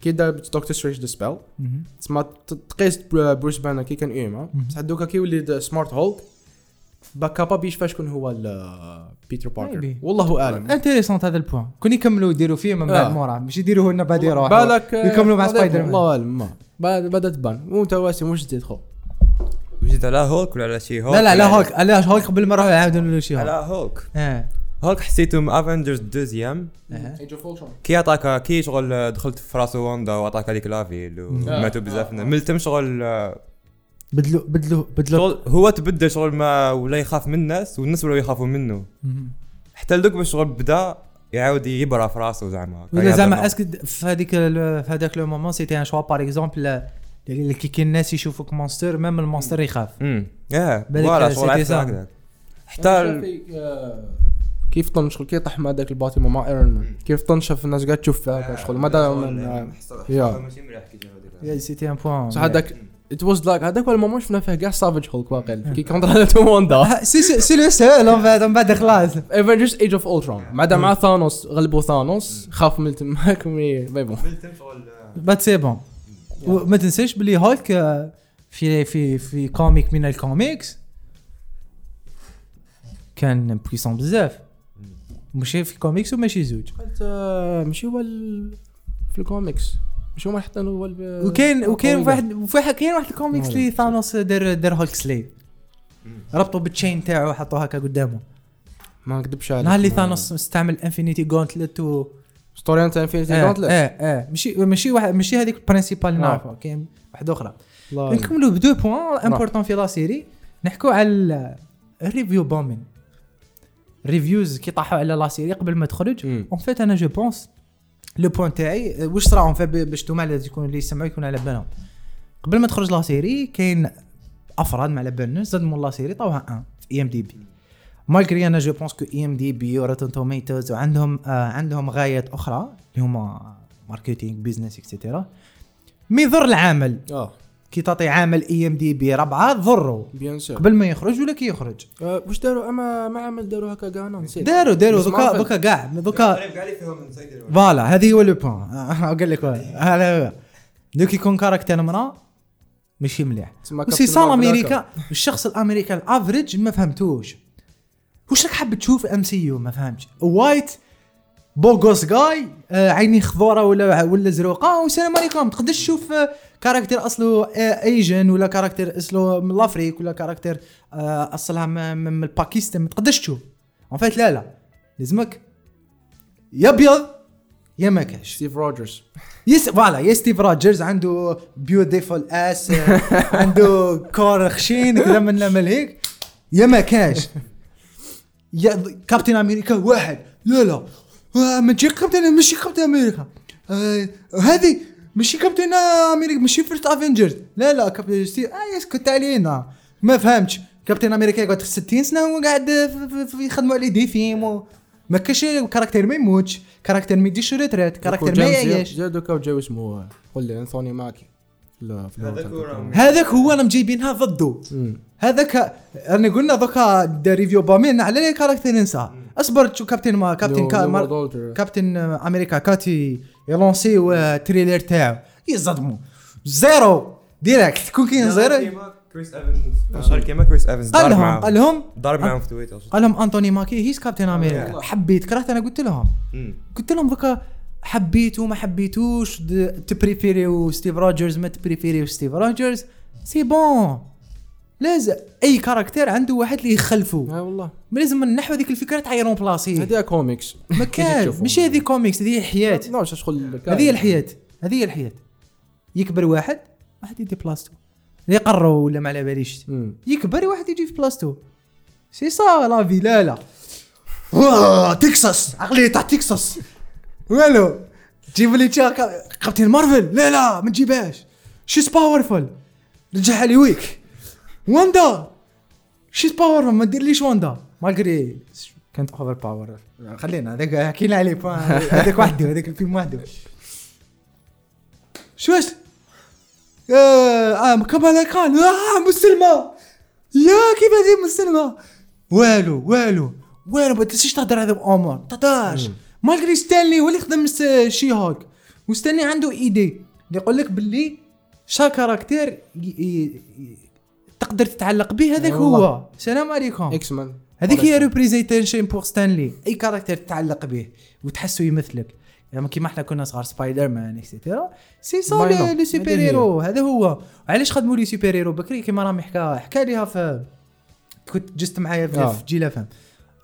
S2: كي دا دكتور سترينج ذا سبيل
S1: مهم.
S2: تسمى ت- تقيس بر- بروس بانر كي كان ايما
S1: مهم.
S2: بصح دوكا كي ولي سمارت هولك باكا با بيشفى شكون هو ال- بيتر باركر
S1: Maybe.
S2: والله اعلم
S1: انتريسونت هذا البوان كون يكملوا يديروا فيه من
S2: آه.
S1: بعد موراه مش يديروا لنا بعد يروح
S2: بالك آه،
S1: يكملوا مع
S2: بالك
S1: سبايدر مان
S2: والله اعلم ما بعد- بدات تبان وانت واسم واش جديد خو
S3: جيت على هولك ولا على شي هولك
S1: لا لا لا
S3: ولا
S1: هولك لا هولك قبل ما نروح نعاودوا نقولوا شي
S3: على
S1: هولك
S3: هولك
S1: اه
S3: هولك حسيته من افنجرز دوزيام
S1: اه
S3: كي عطاك كي شغل آه، دخلت في راسو واندا وعطاك هذيك لافيل وماتوا بزاف
S2: آه.
S3: ملتم شغل آه،
S1: بدلوا بدلوا بدلوا
S3: شغل هو تبدل شغل ما ولا يخاف من الناس والناس ولاو يخافوا منه
S1: مهم.
S3: حتى لدوك باش شغل بدا يعاود يبرى في راسه زعما
S1: ولا زعما اسك في هذيك ال- في هذاك لو مومون سيتي ان شوا باغ اكزومبل كي كي الناس يشوفوك مونستر ميم المونستر يخاف
S3: امم اه
S1: بالك
S3: فوالا
S1: سيتي
S3: شغل عرفت
S1: زعما.
S3: هكذاك حتى ال-
S2: آه، كيف طن شغل كي طاح مع ذاك الباتيمون مع ايرون مان كيف طن شاف الناس قاعد تشوف
S1: إيه؟
S2: فيها هكا شغل ما
S3: آه،
S2: دام يا.
S3: ماشي مليح كي جاو هذيك.
S1: آه، يا سيتي ان بوان
S2: بصح هذاك ات واز لايك هذاك ولا ما شفنا فيه كاع سافج هولك واقيلا كي كونتر على توموندا
S1: آه، سي سي- سي لو سهل من بعد من بعد خلاص
S2: ايفنجرز ايج اوف اولترون بعد مع ثانوس غلبوا ثانوس خاف من تماك مي مي بون
S3: ملتم شغل آه،
S1: بات سي بون وما تنساش بلي هولك آه، في في في كوميك من الكوميكس كان بويسون بزاف ماشي في كوميكس وماشي زوج
S2: قلت آه، ماشي هو ال- في الكوميكس ماشي هو حتى هو ال-
S1: وكاين وكاين
S2: القوي.
S1: واحد وفي كاين واحد الكوميكس
S2: مالك.
S1: اللي ثانوس دار دار هولك سليد ربطوا بالتشين تاعو وحطوه هكا قدامه
S2: ما نكذبش عليك
S1: نهار اللي ثانوس استعمل انفينيتي جونتلت و
S2: ستوري انت انفينيتي
S1: اه
S2: جونتلت
S1: اه ماشي ماشي واحد ماشي هذيك البرينسيبال اللي
S2: آه.
S1: نعرفها كاين واحده اخرى نكملوا بدو بوان امبورتون في لا سيري نحكوا على ال- الريفيو بومين ريفيوز كي طاحوا على لا سيري قبل ما تخرج
S2: مم.
S1: اون فيت انا جو بونس لو بوان تاعي واش صرا اون فيت باش انتم على يكون اللي يسمعوا يكون على بالهم قبل ما تخرج لا سيري كاين افراد ما على بالناش زادوا لا سيري طاوها E ان في اي ام دي بي مالغري انا جو بونس كو اي ام دي بي وراتون توميتوز وعندهم آه عندهم غايات اخرى اللي هما ماركتينغ بيزنس اكسيتيرا مي ضر العمل
S2: اه
S1: كي تعطي E عامل اي ام دي بي ربعه ضروا
S2: بيان سور
S1: قبل ما يخرج ولا كي يخرج
S2: آه، واش داروا اما ما عمل داروا هكا كاع انا نسيت
S1: داروا داروا
S2: بس ما
S1: دوكا
S2: عرفت.
S1: دوكا كاع دوكا
S3: قريب قال لي فيهم
S1: إيه،
S3: انسايدر
S2: أيوة.
S1: فوالا هذه هو لو بوان قال لك هذا هو دوك يكون كاركتر امراه ماشي مليح
S2: تسمى
S1: وسي
S2: كابتن
S1: صار
S2: مارفل
S1: امريكا
S2: هكا.
S1: الشخص الامريكان افريج ما فهمتوش واش راك حاب تشوف ام سي يو ما فهمتش وايت بوغوس جاي آه عيني خضوره ولا ولا زروقه والسلام عليكم تقدرش تشوف آه، كاركتر اصله آه ايجن ولا كاركتر اصله من لافريك ولا كاركتر آه اصلها من, من من باكستان ما تقدرش تشوف اون فيت لا لا لازمك يا ابيض يا ما كاش
S2: ستيف روجرز
S1: يس فوالا يا ستيف روجرز عنده بيوتيفول اس عنده كور خشين كذا من لما هيك يا ما كاش يا ض- كابتن امريكا واحد لا لا آه، ما تجيك كابتن ماشي كابتن امريكا آه، هذه ماشي كابتن امريكا ماشي فيرست افنجرز لا لا كابتن ستيل اه يسكت علينا ما فهمتش كابتن امريكا يقعد 60 سنه هو قاعد في- في- في- يخدموا عليه دي فيلم و- ما كاش كاركتير ما يموتش كاركتير ما يديش ريتريت كاركتير ما يعيش
S2: جا دوكا وجاو اسمه قول لي انثوني ماكي لا، في الوقت.
S3: هذاك هو راهم-
S1: هذاك هو راهم جايبينها ضده
S2: مم.
S1: هذاك انا قلنا دوكا دا ريفيو بامين على الكاركتير ننسى اصبر تشوف كابتن ما كابتن
S2: لو-
S1: كا
S2: لو
S1: مار-
S2: رودولتر.
S1: كابتن امريكا كاتي يلونسيو التريلر تاعو يصدموا زيرو ديريكت كون كاين
S3: دار
S1: زيرو
S3: كيما كريس ايفنز دار كيما كريس ايفنز
S1: قال
S3: دار
S1: لهم قال
S3: معاهم
S1: لهم
S3: دار معاهم في تويتر
S1: قال لهم انطوني ماكي هيز كابتن امريكا
S2: والله.
S1: حبيت كرهت انا قلت لهم
S3: أمم.
S1: قلت لهم دوكا حبيتو ما حبيتوش د- تبريفيريو ستيف روجرز ما تبريفيريو ستيف روجرز سي بون لازم اي كاركتير عنده واحد اللي يخلفو
S2: اه والله
S1: ما لازم نحو هذيك الفكره تاع ايرون بلاسي
S2: هذه كوميكس
S1: ما كان ماشي هذه كوميكس هذه الحياه
S2: لا واش شغل
S1: هذه الحياه هذه الحياه يكبر واحد واحد يدي بلاستو اللي قروا ولا ما على باليش
S2: مم.
S1: يكبر واحد يجي في بلاستو سي سا لا في لا لا واه، تكساس عقليه تاع تكساس والو جيب لي تشا كابتن مارفل لا لا ما تجيبهاش شيز باورفول رجعها لي ويك واندا شيز باورفول ما ديرليش واندا مالغري كانت اوفر باور خلينا هذاك حكينا عليه فا- هذاك وحده هذاك الفيلم وحده شو اش اه كابالا كان اه مسلمه يا كيف هذه مسلمه والو والو والو ما تنسيش تهدر هذا عمر تهدرش مالغري ستانلي هو اللي خدم س- شي هوك وستانلي عنده ايدي اللي يقول لك باللي شا كاركتير ي- ي- ي- تقدر تتعلق به هذاك هو
S2: والله.
S1: السلام عليكم
S2: اكس مان
S1: هذيك هي ريبريزنتيشن بور ستانلي اي كاركتر تتعلق به وتحسه يمثلك يعني كيما احنا كنا صغار سبايدر مان اكسيتيرا سي
S2: ما
S1: سا
S2: ينو.
S1: لو سوبر هيرو هذا هو علاش خدموا لي سوبر هيرو بكري كيما رامي حكى حكى ليها في كنت جست معايا في
S2: آه.
S1: في جيل فهم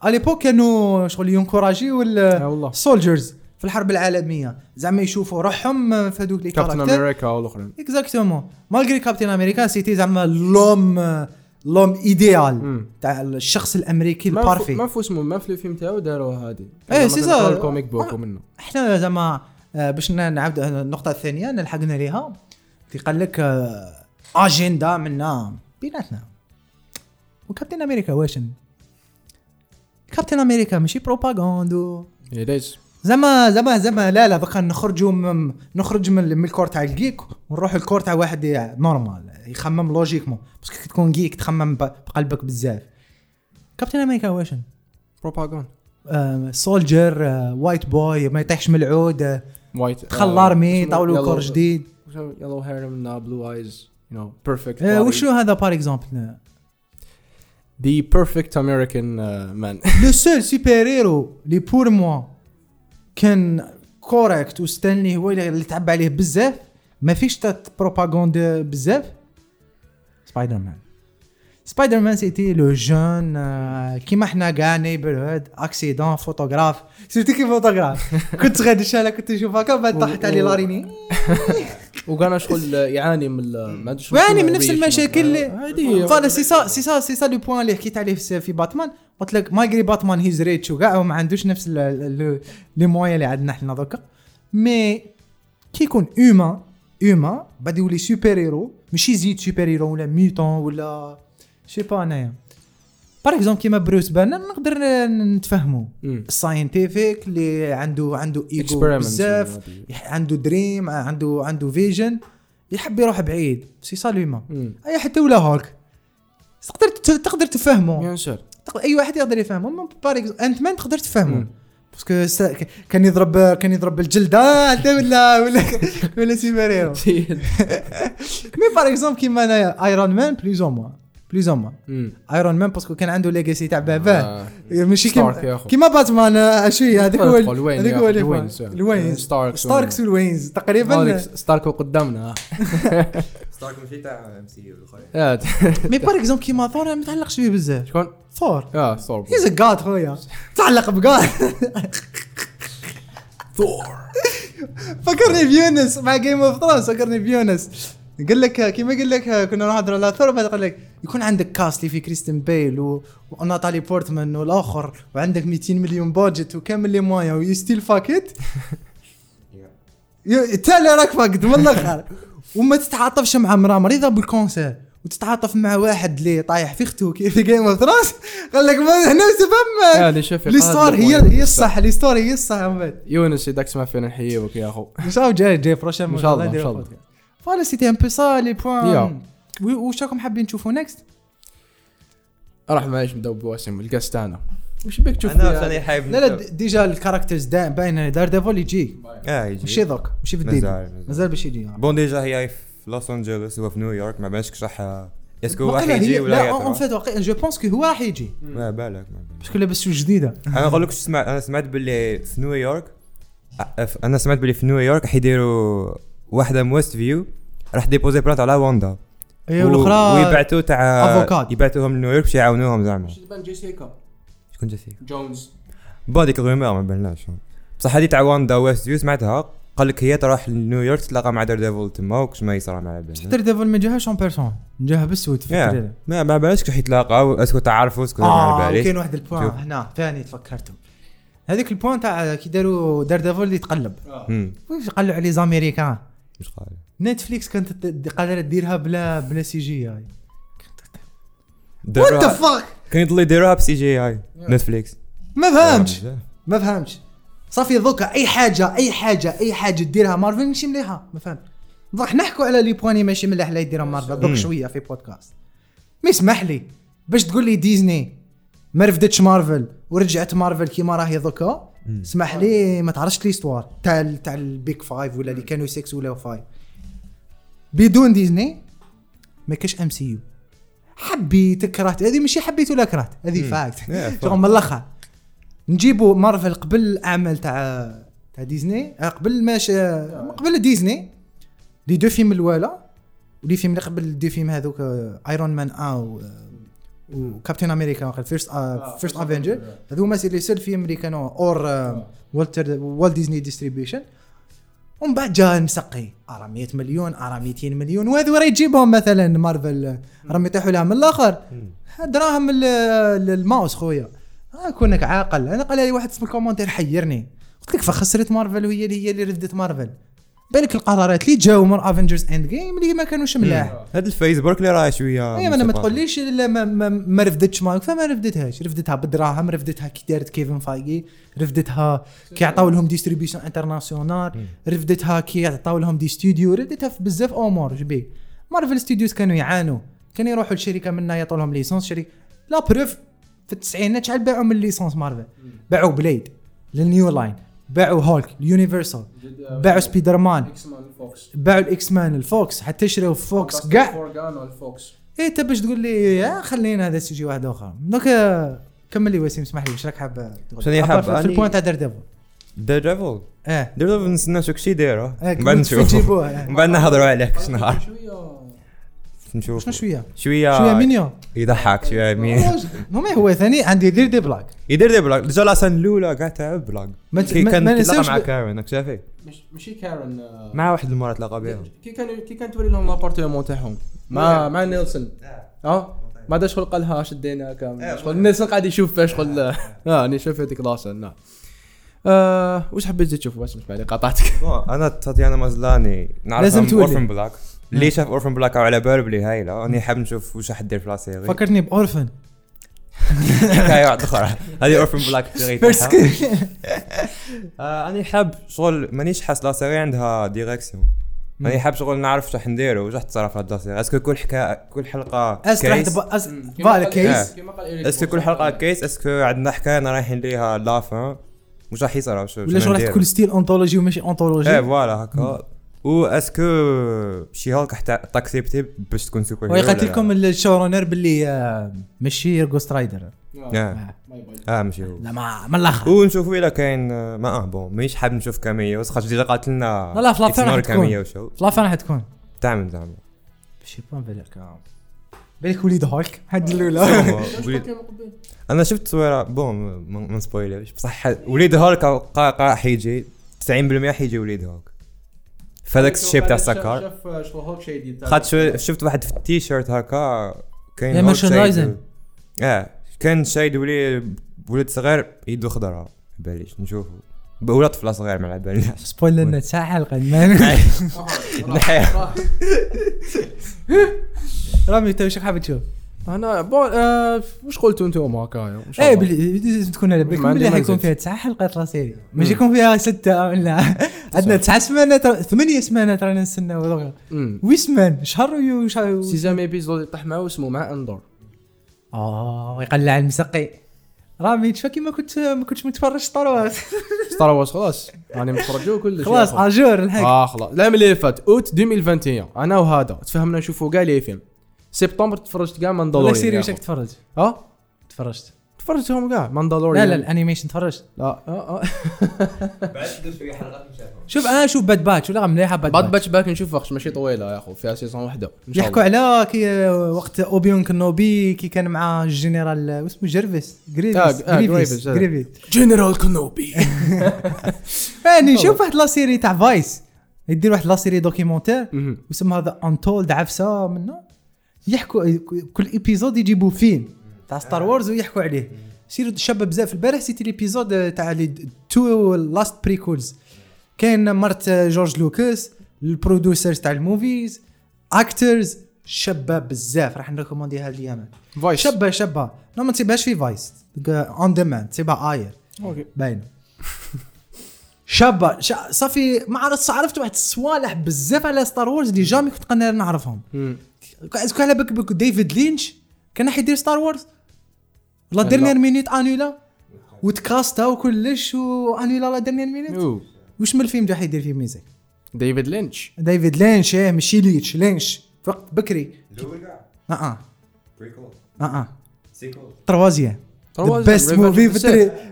S1: اليبوك كانوا شغل ينكوراجيو
S2: آه والله.
S1: السولجرز في الحرب العالميه زعما يشوفوا روحهم في هذوك لي
S2: كابتن
S1: كاركتر
S2: امريكا والاخرين
S1: اكزاكتومون مالغري كابتن امريكا سيتي زعما لوم لوم ايديال
S2: مم.
S1: تاع الشخص الامريكي
S2: ما نفو-
S1: البارفي
S2: ما نفو اسمه ما في الفيلم تاعو داروا هذه
S1: إيه، سي سا.
S2: الكوميك بوك
S1: آه.
S2: ومنه
S1: احنا زعما آه، باش ن- نعاود النقطه الثانيه نلحقنا ليها اللي قال لك آه، اجندا منا بيناتنا وكابتن امريكا واشن كابتن امريكا ماشي بروباغاندو
S2: يا ليش
S1: زعما زعما زعما لا لا بقى نخرجوا من نخرج من من الكور تاع الجيك ونروح الكور تاع واحد يع- نورمال يخمم لوجيكمون باسكو كي تكون جيك تخمم ب- بقلبك بزاف كابتن امريكا واشن
S2: بروباغون
S1: آه، سولجر آه، وايت بوي ما يطيحش من العود آه،
S2: وايت
S1: دخل
S2: eh,
S1: لارمي طاولوا كور جديد
S2: يلو هير من بلو ايز يو نو بيرفكت
S1: آه، وشو هذا بار اكزومبل
S2: ذا بيرفكت امريكان مان
S1: لو سول سوبر هيرو اللي بور موا كان كوريكت وستانلي هو اللي اللي تعب عليه بزاف ما فيش تات بروباغوند بزاف سبايدر مان سبايدر مان سيتي لو جون آه، كيما حنا كاع نيبرهود اكسيدون فوتوغراف سيرتي كي فوتوغراف كنت غادي شاله كنت نشوف هكا بعد طاحت علي لاريني
S2: وكان شغل يعاني من ال- ما ادري شو
S1: ويعني من
S2: اسمه،
S1: نفس
S2: ريش.
S1: المشاكل
S2: آه،
S1: اللي
S2: هذه
S1: فوالا سي سا سي سا سي سا لو بوان اللي حكيت عليه في في باتمان قلت لك مالغري باتمان هيز ريتش وكاع وما عندوش نفس ال- ال- لي موان اللي عندنا حنا دوكا مي كي يكون هيومان هيومان بعد يولي سوبر هيرو ماشي زيد سوبر هيرو ولا ميوتون ولا شي با انايا باغ اكزومبل كيما بروس بانر نقدر ن- نتفهمو
S2: مم.
S1: الساينتيفيك اللي عنده عنده ايجو
S2: Experiments
S1: بزاف
S2: ولا هذه.
S1: يح- عنده دريم عنده عنده فيجن يحب يروح بعيد سي سا لويما
S2: مم.
S1: اي حتى ولا هولك تقدر ت- تقدر تفهمه
S2: بيان سور
S1: تق- اي واحد يقدر يفهمه من باريك انت مان تقدر تفهمه
S2: مم.
S1: باسكو سا- ك- كان يضرب كان يضرب بالجلد آه، انت ولا ولا ولا سوبر هيرو مي باغ اكزومبل كيما انايا ايرون مان بليز او موان بليز او موان
S2: مم.
S1: ايرون مان باسكو كان عنده ليجاسي تاع باباه
S2: آه.
S1: ماشي
S2: ستارك
S1: كيما
S2: يا أخو.
S1: كيما باتمان آه، شويه هذاك هو
S2: الوين يا
S1: هذاك
S2: أخو، آه.
S1: هو اللي
S2: الوين،
S1: فاهم.
S2: سير.
S1: الوين
S2: ستاركس
S1: ستاركس والوينز
S2: هذيك
S1: تقريبا
S2: ستارك قدامنا
S3: ستارك ماشي تاع ام سي يو الاخرين
S2: آه.
S1: مي باغ اكزومبل كيما ثور أنا ما تعلقش بيه بزاف
S2: شكون؟
S1: ثور
S2: اه ثور
S1: هيز جاد خويا تعلق بجاد
S2: ثور
S1: فكرني بيونس مع جيم اوف ثرونز فكرني بيونس قال لك كيما قال لك كنا نهضروا على ثور بعد قال لك يكون عندك كاست اللي في كريستن بيل و... وناتالي بورتمان والاخر وعندك 200 مليون بادجت وكامل لي موان ويستيل فاكيت انت اللي راك فقد من الاخر وما تتعاطفش مع امراه مريضه بالكونسير وتتعاطف مع واحد اللي طايح في اخته كيف في جيم اوف ثرونز قال لك ما- هنا سبب
S2: اللي شاف
S1: ليستور هي هي الصح ليستور هي الصح من بعد
S2: يونس ذاك سمع فينا نحييوك يا اخو
S1: ان شاء الله جاي جاي بروشان
S2: إن شاء الله، إن شاء الله.
S1: فوالا سيتي ان بو سا لي بوان
S2: يا.
S1: واش راكم حابين تشوفوا نيكست؟
S2: راح معليش نبداو بواسم القست انا وش بك تشوف
S3: انا
S2: فيها؟
S3: عشان حايب
S1: لا لا د- ديجا الكاركترز دا- باينه دار ديفول يجي
S3: اه يجي
S1: مشي دوك مشي في الديب
S3: مازال- مازال.
S1: مازال باش يجي
S3: بون ديجا هي في لوس انجلوس هو في نيويورك ما بالكش راح اسكو راح
S1: واقيلا
S3: يجي
S1: هي
S3: ولا
S1: لا اون
S3: يطلع
S1: فيت واقيلا جو بونس كو هو راح يجي
S3: ما بالك ما بالك
S1: باسكو لابسو جديده
S3: انا نقول لك شو سمعت انا سمعت باللي في نيويورك أ- أف- انا سمعت باللي في نيويورك حيديروا واحده من ويست فيو راح ديبوزي بلانت على واندا
S1: اي
S3: و-
S1: والاخرى
S3: ويبعثوا تاع
S1: أيوة، أفوكاد.
S3: يبعثوهم لنيويورك باش يعاونوهم زعما
S2: وش تبان جيسيكا
S3: شكون جاتي
S2: جونز
S3: باديك الغيمير ما بانلاش بصح هذه تاع واندا ويست فيو سمعتها قال لك هي تروح لنيويورك تلاقى مع دير ديفل تما وكش ما يصرى مع بنت
S1: حتى ديفول ما جاهاش اون بيرسون جاه بالسود في التريلر.
S3: ما ما بالكش كيف يتلاقاو اسكو تعرفوا اسكو ما
S1: اه كاين
S3: بالك
S1: واحد البوان
S3: شوف.
S1: هنا ثاني تفكرتم هذيك البوان تاع كي داروا دار ديفول اللي يتقلب
S3: أمم،
S1: واش قالوا على زاميريكان
S3: مش قال
S1: نتفليكس كانت ت- د- قادره ديرها بلا بلا سي جي اي وات ذا
S3: داروها-
S1: فاك
S3: كان يضل يديروها بسي جي اي نتفليكس
S1: ما فهمتش ما فهمتش صافي دوكا اي حاجه اي حاجه اي حاجه ديرها مارفل ماشي مليحه ما فهمت راح نحكوا على لي بواني ماشي مليح اللي يديرها مارفل دوك
S3: مم.
S1: شويه في بودكاست ما يسمح لي باش تقول لي ديزني ما رفدتش مارفل ورجعت مارفل كيما راهي دوكا اسمح لي ما تعرفش ليستوار تاع ال- تاع البيك فايف ولا اللي كانوا 6 ولا 5 بدون ديزني ما كاش ام سي يو حبيت كرهت هذه ماشي حبيت ولا كرهت هذه فاكت
S3: Yeah,
S1: شغل من الاخر نجيبوا مارفل قبل الاعمال تاع تاع ديزني آه، قبل ماش آه، قبل ديزني لي دو فيلم الوالا ولي فيلم اللي قبل دي فيلم هذوك آه، ايرون مان 1 وكابتن امريكا فيرست فيرست افنجر uh, هذو هما سي لي سيل فيلم اللي كانوا اور والتر والت ديزني ديستريبيوشن ومن بعد جا المسقي ارا 100 مليون ارا 200 مليون وهذو راه يجيبهم مثلا مارفل راهم يطيحوا لها من الاخر دراهم ال- ال- الماوس خويا آه، كونك عاقل انا قال لي واحد في الكومنتير حيرني قلت لك فخسرت مارفل وهي اللي هي اللي رفدت مارفل بالك القرارات اللي جاو من افنجرز اند جيم اللي ما كانوش ملاح
S3: هذا الفيسبوك اللي راه شويه
S1: اي إيه، ما انا ما
S3: متفاهم.
S1: تقوليش لا ما, ما, ما رفدتش مارك فما رفدتهاش رفدتها بالدراهم رفدتها كي دارت كيفن فايجي رفدتها كي عطاو لهم ديستريبيوشن انترناسيونال رفدتها كي عطاو لهم دي ستوديو رفدتها في بزاف امور جبي مارفل ستوديوز كانوا يعانوا كانوا يروحوا لشركه منا يعطوا لهم ليسونس شركه لا بروف في التسعينات شحال باعوا من ليسونس مارفل باعوا بليد للنيو لاين باعوا هولك اليونيفرسال باعوا سبايدر مان
S2: مان فوكس
S1: باعوا الاكس مان الفوكس حتى شراو فوكس كاع ايه انت باش تقول لي آه خلينا هذا السيجي واحد اخر دوك آه، كمل لي وسيم اسمح لي واش راك حاب تقول
S3: شنو هي
S1: أبار
S3: حابة؟
S1: في- في
S3: أني-
S1: البوان تاع دير ديفل
S3: دير ديفل
S1: اه
S3: دير ديفل نستنى شو كشي دايره
S1: آه،
S3: من بعد
S1: كنت
S3: نشوف
S1: تجيبوها، آه.
S3: من بعد نهضروا عليك شنهار نشوف
S1: شنو شويه
S3: شويه
S1: شويه مينيو
S3: يضحك شويه مين
S1: هما هو ثاني عندي دير دي بلاك
S3: يدير دي بلاك ديجا لاسان الاولى كاع تاع بلاك
S1: ما-
S3: كي
S1: ما-
S3: كان
S1: ما
S3: تلاقى
S1: ننساوش
S3: مع
S1: ب-
S3: كارين شافي
S2: ماشي كارن آه،
S3: مع واحد المره تلاقى بها
S2: كي كان كي كانت تولي لهم لابارتمون تاعهم مع مع نيلسون اه ما دا شغل قال لها شدينا
S3: إيه،
S2: كامل شغل نيلسون قاعد يشوف فيها شغل اه انا شفت هذيك لاسن نعم آه، وش حبيت تشوف بس مش بعد قاطعتك
S3: بون، انا تاتيانا مازلاني نعرف
S1: لازم تولي.
S3: اورفن بلاك اللي شاف اورفن بلاك على باله بلي هايله راني حاب نشوف واش راح دير في لاسيري
S1: فكرتني باورفن
S3: حكايه
S1: أيوة،
S3: واحده اخرى هذه اورفن بلاك تاعها آه، انا حاب شغل مانيش حاس لا سيري عندها ديريكسيون انا حاب شغول نعرف شح نديرو وش راح تصرف هاد لا سيري اسكو كل حكايه كل حلقه
S1: أس راح
S3: كيس آه.
S1: تب- أس- فوالا
S2: إيه.
S1: كيس
S3: اسكو كل حلقه
S2: آه.
S3: كيس اسكو عندنا حكايه أنا رايحين ليها لافان وش راح يصرى وش
S1: ولا شغل راح تكون ستيل اونتولوجي وماشي
S3: ايه
S1: اونتولوجي
S3: فوالا هكا و اسكو شي هولك راح تع- تاكسبتي باش تكون سوبر هيرو ولا
S1: ويقاتل
S3: لا؟
S1: لكم الشورونر باللي آه، ماشي جوست رايدر
S3: اه اه ماشي هو
S1: لا ما من الاخر
S3: ونشوفوا الا كاين آه، ما اه بون مانيش حاب نشوف كاميو خاطر ديجا قالت لنا
S1: لا لا في لافان راح
S3: كاميو
S1: تكون
S3: شو
S1: في لافان راح تكون
S3: تعمل زعما
S1: شي بون بالك بالك وليد هولك هاد الاولى
S3: وليد- انا شفت تصويره بون ما ما نسبويلوش بصح وليد هولك قا- قا- حيجي 90% حيجي وليد هولك فهذاك الشيب تاع السكر
S2: شاف شغل هوك شيدي تاع-
S3: خاط شو- شفت واحد في التي شيرت هكا كاين إيه،
S1: يا
S3: هولك
S1: merchandising.
S3: شايد- اه كان شايد ولي ولد صغير يدو خضرها باليش نشوفو ب- ولا طفله صغير ما على بالناش
S1: سبويلر لنا تسع حلقه ما-
S2: إيه.
S1: رامي انت وش حاب تشوف؟
S2: انا بون آه، وش قلتوا انتم
S3: إيه،
S2: هكا إن شاء
S1: ايه
S2: الله.
S1: بلي لازم تكون على بالك
S2: ما عندي
S1: بلي
S2: إيه. ما
S1: حيكون
S2: نزلت.
S1: فيها تسع حلقات لا سيري مش يكون فيها سته ولا عندنا تسع سمانات ثمانيه سمانات رانا نستناو دوغا
S2: أمم.
S1: وي سمان شهر وي- وشهر وي-
S2: سيزام ايبيزود يطيح معاه اسمه مع انظر
S1: اه يقلع المسقي رامي تشوف كيما كنت ما كنتش متفرج طروات
S2: ستار وورز خلاص راني متفرجوا كل
S1: خلاص اجور الحق
S2: اه خلاص العام اللي فات اوت 2021 انا وهذا تفهمنا نشوفوا كاع لي فيلم سبتمبر تفرجت كاع
S1: والله
S2: ماندالوريان
S1: سيري
S2: يا
S1: وشك
S2: أخو.
S1: تفرج
S2: اه
S1: تفرجت
S2: تفرجتهم كاع
S1: لا
S2: ماندالوريان
S1: لا الانيميشن تفرجت
S2: لا اه اه
S3: بعد شويه حلقات مشاهدة
S1: شوف انا اشوف باد باتش ولا مليحه باد
S2: بعد
S1: باتش
S2: باتش باك نشوف وقت ماشي طويله يا اخو فيها سيزون وحده ان شاء
S1: يحكوا
S2: الله
S1: على كي وقت اوبيون كنوبي كي كان مع الجنرال واسمه جيرفيس جريفيس
S2: آه، آه،
S1: جريفيس
S2: جريفيس، آه.
S1: جريفيس
S2: جنرال كنوبي
S1: يعني نشوف واحد لا سيري تاع فايس يدير واحد لا سيري دوكيمونتير واسمها ذا انتولد عفسه منه يحكوا كل ايبيزود يجيبوا فيلم تاع ستار وورز ويحكوا عليه سير شابه بزاف البارح سيتي ليبيزود تاع لي تو لاست بريكولز كاين مرت جورج لوكاس البرودوسرز تاع الموفيز اكترز شابه بزاف راح نريكومونديها اليوم
S2: فايس
S1: شابه شابه لا ما تسيبهاش في فايس اون ديماند تسيبها اير
S2: اوكي
S1: باينه شابه شا... صافي ما عرفت عرفت واحد الصوالح بزاف على ستار وورز اللي جامي كنت قنار نعرفهم كان على بالك بك ديفيد لينش كان راح يدير ستار وورز لا ديرنيير مينيت انولا وتكاستا وكلش وانولا لا ديرنيير مينيت
S2: أوه.
S1: وش من الفيلم راح يدير فيه ميزيك
S2: ديفيد لينش
S1: ديفيد لينش ايه ماشي ليتش لينش وقت بكري
S3: الاول كاع
S1: اه اه
S3: بريكول
S1: اه اه
S3: سيكول
S1: تروازيام ذا
S2: Troisième,
S1: بيست
S2: Revenge
S1: موفي
S2: of the
S1: في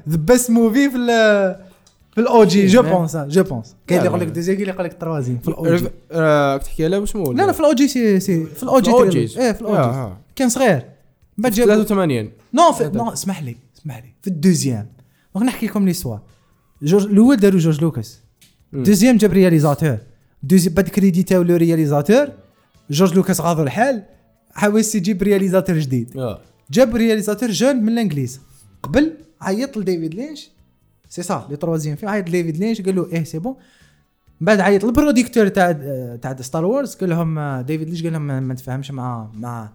S1: ذا بيست موفي في ال- في الاوجي جو بونس جو بونس كاين اللي يقول لك دوزيام كاين اللي يقول لك تروازيام في الاوجي
S2: ريف- آه، كنت تحكي على واسمه
S1: لا لا في الاوجي سي سي في
S2: في
S1: الاوجي
S2: الأوجيز.
S1: تيريلوجي. ايه في
S2: آه،
S1: الاوجي
S2: آه.
S1: كان صغير بعد جاب
S2: 83
S1: نو في نو اسمح لي اسمح لي في الدوزيام دونك نحكي لكم ليسوا جورج الاول داروا جورج لوكاس دوزيام جاب رياليزاتور دوزيام بعد كريديتاو لو رياليزاتور جورج لوكاس غاضو الحال حاول يجيب رياليزاتور جديد
S2: اه
S1: جاب رياليزاتور جون من الانجليز قبل عيط لديفيد لينش سي سا لي تروازيام فيلم عيط لديفيد لينش قال له ايه سي بون من بعد عيط للبروديكتور تاع تاع ستار وورز قال لهم آه، ديفيد لينش قال لهم ما ما نتفاهمش مع مع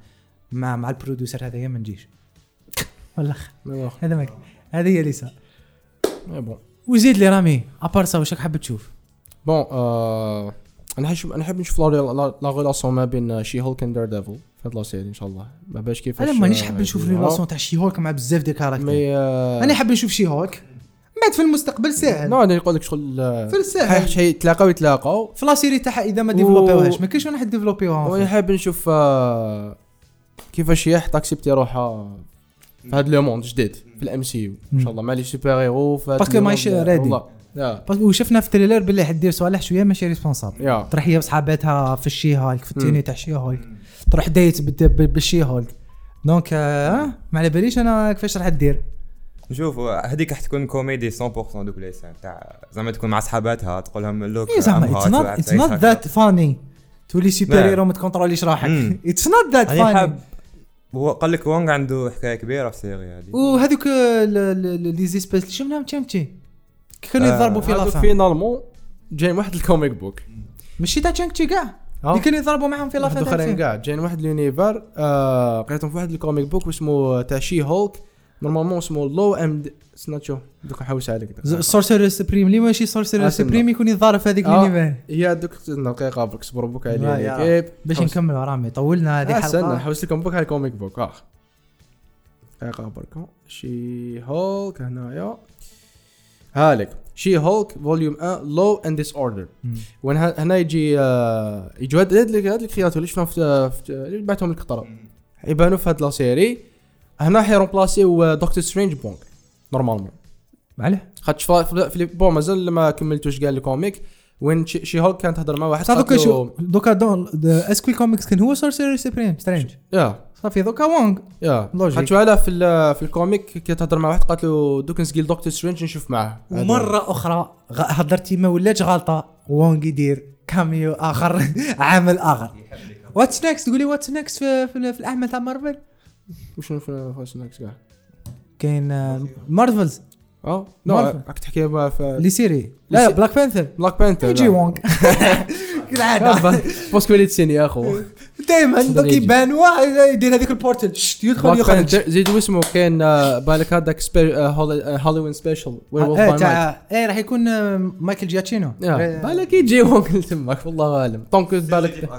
S1: مع مع البروديوسر هذايا ما نجيش والله
S2: مي واخ.
S1: هذا ماك هذه هي ليسا
S2: مي بون
S1: وزيد لي رامي ابار سا وشك حاب تشوف
S2: بون آه، انا حشوف انا حاب نشوف لا لا- لا ريلاسيون ما بين uh, شي هولك اند دير ديفل في هاد لا سيري ان شاء الله ما باش كيفاش
S1: انا مانيش حاب
S2: آه،
S1: نشوف
S2: يديروها.
S1: ريلاسيون تاع شي هولك مع بزاف ديال الكاركتر
S2: مي آه،
S1: انا حاب نشوف شي هولك من بعد في المستقبل ساهل
S2: نو انا نقول لك شغل آه،
S1: في الساهل
S2: حي- حي يتلاقاو يتلاقاو
S1: في لا سيري تاعها اذا ما
S2: و-
S1: ديفلوبيوهاش ما كاينش واحد ديفلوبيوها
S2: وانا حاب نشوف آه، كيفاش هي حتاكسبتي روحها في هاد لو موند جديد في الام سي يو ان شاء
S1: Mm.
S2: الله مع لي سوبر هيرو في هاد
S1: باسكو
S2: le
S1: ماشي
S2: monde.
S1: ready.
S2: والله. لا
S1: باسكو شفنا في التريلر باللي حدير صوالح شويه ماشي ريسبونسابل
S2: يا
S1: تروح هي وصحاباتها في الشي هولك في التيني تاع الشي هولك تروح دايت بد- ب- بالشي هولك دونك آه ما على باليش انا كيفاش راح دير
S3: شوف هذيك راح تكون كوميدي 100% دوك لي سان تاع زعما تكون مع صحاباتها تقول لهم لوك
S1: اي إيه، زعما اتس نوت اتس نوت ذات فاني تولي سوبر
S2: نعم.
S3: لا.
S1: هيرو ما تكونتروليش روحك
S3: مم.
S1: اتس نوت ذات
S3: انا
S1: فاني
S3: حاب هو قال لك وونغ عنده حكايه كبيره في السيري هذه
S1: وهذوك آه، ال- ال- ال- لي زيسبيس اللي شفناهم تشانكتي كانوا
S3: آه،
S1: يضربوا في
S2: في
S1: لافان
S2: فينالمون جايين واحد الكوميك بوك
S1: ماشي تاع تشانكتي كاع
S2: آه.
S1: اللي كانوا يضربوا معاهم في
S2: واحد
S1: لافان تاع
S2: اخرين
S1: الفيلم.
S2: كاع جايين واحد اليونيفر آه قريتهم في واحد الكوميك بوك اسمه تاع شي هولك نورمالمون اسمه لو ام سناتشو دوك نحوس عليك دوك.
S1: السورسر سبريم ليه ماشي سورسر
S2: آه،
S1: سبريم يكون يضارب في هذيك
S2: آه،
S1: اليونيفر
S2: هي دوك دقيقه برك صبروا بوك
S1: آه،
S2: عليه
S1: يا.
S2: ليكيب
S1: باش نكمل رامي طولنا هذه
S2: آه، استنى
S1: حلقه
S2: نحوس لكم بوك على الكوميك بوك اه دقيقه برك شي هولك هنايا هالك شي هولك فوليوم 1 لو اند ديس اوردر
S1: مم.
S2: وين ه- هنا يجي آه، يجوا هاد هاد هاد الكرياتور اللي شفناهم في في- اللي بعتهم القطره يبانوا في هاد لا سيري هنا حيرون بلاسيو آه، دكتور سترينج بونك نورمالمون
S1: معليه
S2: خاطش فلا- فلا- في بون مازال ما كملتوش كاع الكوميك وين شي شي هولك كانت تهضر مع واحد
S1: صافي
S2: قالت
S1: دوكا
S2: له-
S1: شو دوكا دون اسكوي كوميكس كان هو سورسير سبريم سترينج
S2: يا
S1: صافي دوكا وونغ
S2: يا
S1: لوجيك.
S2: خاطش على في ال- في الكوميك كي تهضر مع واحد قالت له دوك نسقيل دكتور سترينج نشوف معاه
S1: ومره اخرى غ- هضرتي ما ولاتش غلطه وونغ يدير كاميو اخر عمل اخر واتس نيكست تقولي واتس نيكست في, في, في الاعمال تاع مارفل
S2: وشنو في فاش نكس كاع
S1: آه، كاين مارفلز
S2: اه نو
S1: ما أعرف.
S2: راك تحكي ما في
S1: آه. لي سيري لا
S2: لسي-
S1: بلاك بانثر
S2: بلاك بانتر
S1: يجي وونغ كالعاده
S2: بوسكوليت سيني يا اخو
S1: دائما دوك
S2: يجي.
S1: يبان واحد آه، يدير هذيك البورتل شت، يدخل
S2: بلاك
S1: يخرج
S2: بانتر زيد اسمه كان آه، بالك هذاك سبي- آه، هولي- آه، هالوين سبيشال وير وولف
S1: ايه
S2: باي نايت
S1: تاع آه. ايه راح يكون آه، مايكل إيه. جاتشينو
S2: يا، بالك يجي وونغ لتماك والله اعلم طونك بالك
S1: هذيك شو-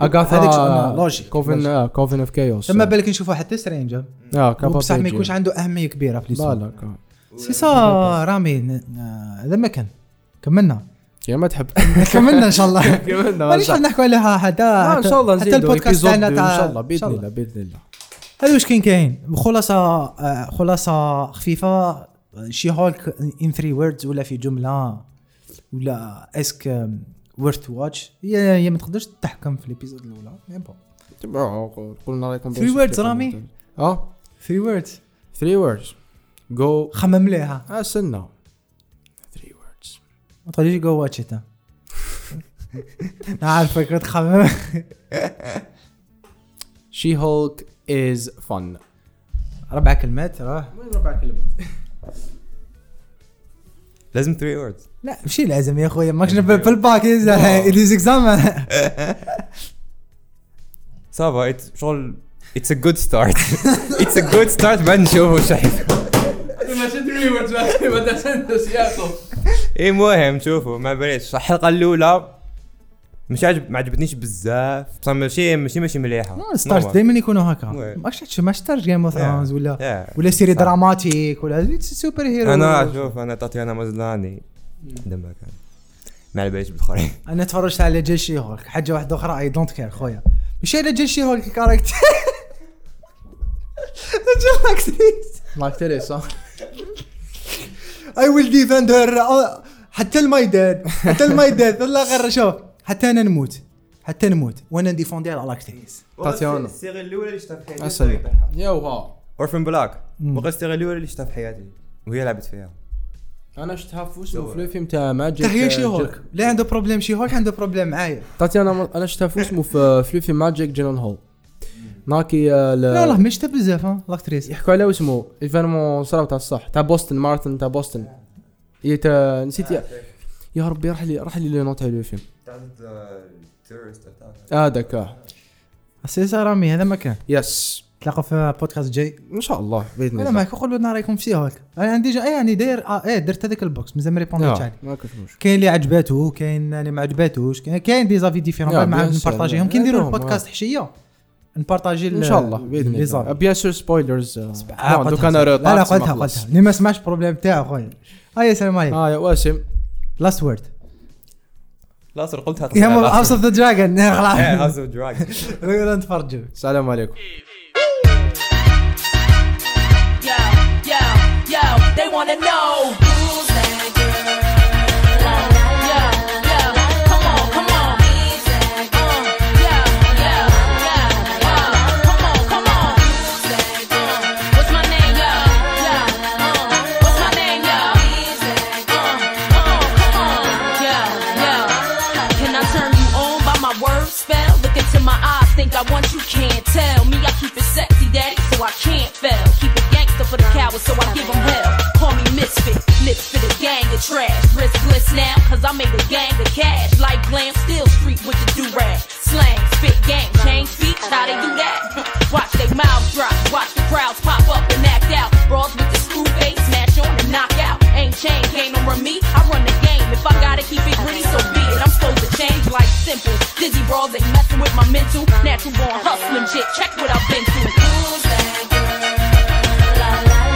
S1: آه،
S2: اغاثا
S1: لوجيك
S2: كوفن آه، كوفن اوف كايوس
S1: اما بالك نشوفوا حتى سترينجر
S2: اه كابا
S1: بصح ما يكونش عنده اهميه كبيره في الاسم
S2: بالك آه.
S1: سي سا رامي ن- آه، هذا ما كان كملنا
S2: يا ما تحب
S1: كملنا ان شاء الله
S2: كملنا
S1: مانيش حاب نحكوا عليها آه، حتى
S2: ان آه، شاء الله
S1: حتى
S2: نزيدوا
S1: البودكاست
S2: episode
S1: تاعنا تاع
S2: ان شاء الله باذن الله باذن الله
S1: هذا واش كاين كاين بخلاصه آه، خلاصه خفيفه شي هولك ان ثري ووردز ولا في جمله ولا اسك ورث واتش هي هي ما تقدرش تحكم في الابيزود الاولى مي بون
S2: تبعوا قلنا رايكم
S1: Three words، رامي.
S2: اه
S1: ثري ووردز
S2: 3 words go آه،
S1: خمم ليها
S2: استنى 3 words
S1: ما تقوليش جو واتش انت عارفك لا تخمم
S2: she hulk is fun
S1: ربع كلمات اه. راه
S2: وين ربع كلمات
S3: لازم 3 ووردز
S1: لا ماشي لازم يا خويا ماكش نبدا في الباك ليز اكزام
S3: صافا it's- شغل اتس ا جود ستارت اتس ا جود ستارت بعد نشوفوا واش راح
S2: ما تدري ما تسندس يا اخو
S3: اي المهم إيه، شوفوا ما باليش صح الحلقه الاولى مش عجب ما عجبتنيش بزاف بصح ماشي ماشي ماشي مليحه
S1: ستارت دائما يكونوا هكا
S3: وي.
S1: ماكش تش- ماكش ترجع جيم اوف ثرونز ولا
S3: Yeah.
S1: ولا سيري دراماتيك ولا سوبر هيرو
S3: انا شوف انا تاتيانا مازلاني دمها كان ما على باليش بالاخرين
S1: انا تفرجت على جيش شي هولك حاجه واحده اخرى اي دونت كير خويا ماشي على جيش شي هولك كاركتر رجل اكتريس
S2: ماك تيريسا
S1: اي ويل ديفند هير uh, حتى الماي داد حتى الماي داد والله غير شوف حتى انا نموت حتى نموت وانا نديفوندي على الاكتريس
S2: تاتيانا.
S3: الصيغه الاولى اللي شفتها في حياتي
S2: اسلم يا واه
S3: اورفن بلاك وقت الصيغه الاولى اللي شفتها في حياتي وهي لعبت فيها
S2: انا شفتها في اسمه في الفيلم تاع آه، ماجيك
S1: تحيه شي هولك لا عنده بروبليم شي هولك عنده بروبليم معايا
S2: تاتيانا انا شفتها في اسمه في في الفيلم ماجيك جيلن هول ناكي آه، ل-
S1: لا لا مش بزاف ها الاكتريس
S2: يحكوا على اسمه ايفينمون صراو تاع الصح تاع بوسطن ماراثون تاع بوسطن هي تا- نسيت يا يا ربي راح لي راح لي لي نوت تاع الفيلم
S3: آه،
S2: هذاك آه
S1: سي سا رامي هذا ما كان
S2: يس
S1: تلاقوا في بودكاست جاي
S2: ان شاء الله باذن
S1: انا
S2: الله
S1: معك قولوا لنا رايكم فيه هاك انا عندي جا... ايه يعني داير آه ايه درت هذيك البوكس مازال ما ريبونديتش عليه
S2: آه، ما كاش مشكل
S1: كاين اللي عجباته كاين اللي ما عجباتوش كاين- كاين دي زافي
S2: يا،
S1: ديفيرون مع
S2: بيان سور،
S1: نبارطاجيهم
S2: يا.
S1: كي نديروا
S2: عندهم،
S1: البودكاست حشيه نبارطاجي
S2: ان شاء الله باذن
S1: لي
S2: الله آه،
S1: زافي
S2: بيان سور سبويلرز
S1: آه، قلتها.
S2: دوك انا
S1: لا
S2: ريطات
S1: لا
S2: ما
S1: قلتها
S2: خلاص.
S1: قلتها اللي ما سمعش البروبليم تاعو خويا هيا سلام عليك
S2: اه يا واسم
S1: لاست وورد
S3: لا صر قلتها
S1: يا هاوس اوف ذا دراجون خلاص
S3: هاوس اوف دراجون
S1: نتفرجوا
S2: السلام عليكم
S4: Yo, yo, yo, they wanna know. Who's that girl? Yo, yo, come on, come on. Uh, yo, yo, yo, uh, come on, come on. Uh, what's my name, yo? Yo, uh, what's my name, yo? Uh, uh, come on. Yo, yo, can I turn you on by my word spell? Look into my eyes, think I want you, can't tell. Me, I keep it sexy, daddy, so I can't fail. Keep it gangster for the cowards, so I give them hell. Call me misfit, lips for the gang of trash. Riskless now, cause I made a gang of cash. Like glam, still street with the do-rag. Slang, spit gang, change speech, how they do that? watch they mouths drop, watch the crowds pop up and act out. Brawls with the screw face, smash on and knock out. Ain't change, game on me, I run the game. If I gotta keep it gritty, so be it. I'm supposed to change like simple. Dizzy brawls ain't messing with my mental. Natural born hustling shit, check what I've been through. Come on, come on. Yeah, yeah, yeah.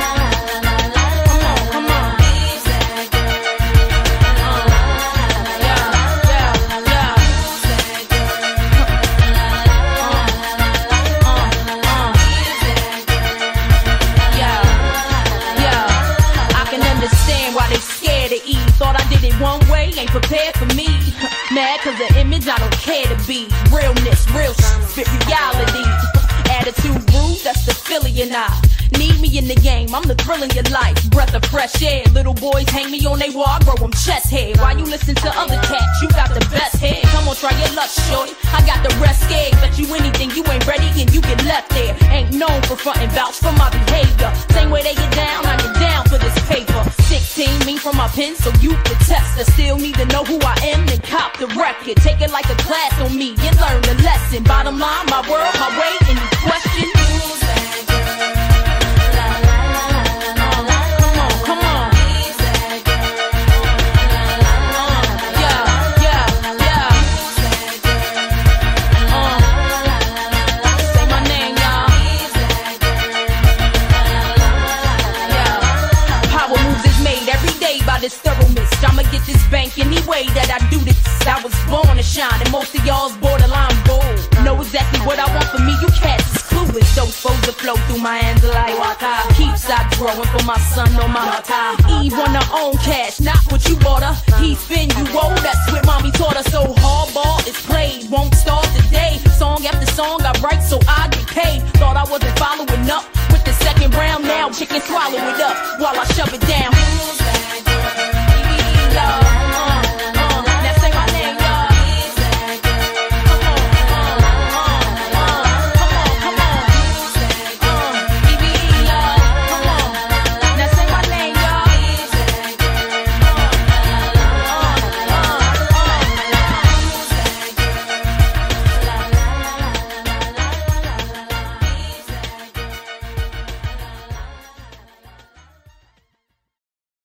S4: Yeah, yeah. I can understand why they scared to eat. Thought I did it one way, ain't prepared for me. Mad cause the image I don't care to be. Realness, real shit, spit reality. Attitude rude, that's the Philly and I. Need me in the game, I'm the thrill in your life. Breath of fresh air. Little boys hang me on they wall, I grow them chest hair. While you listen to other cats, you got the best head. Come on, try your luck, shorty. I got the rest scared. Bet you anything, you ain't ready and you get left there. Ain't known for front and vouch for my behavior. Same way they get down, I get down for this paper. 16, me from my pen, so you could test. I still need to know who I am, then cop the record. Take it like a class on me and learn the lesson. Bottom line, my world, my way, any question. Come on, come on. Yeah, yeah, yeah. Uh. Say my name, y'all. Yeah. Power moves is made every day by this thoroughness. I'ma get this bank any way that I do this. I was born to shine, and most of y'all's borderline bold. Know exactly what I want for me, you cats is clueless. Those foes that flow through my hands are like waka. Keeps I growing for my son on my time. Eve on her own cash, not what you bought her. He's been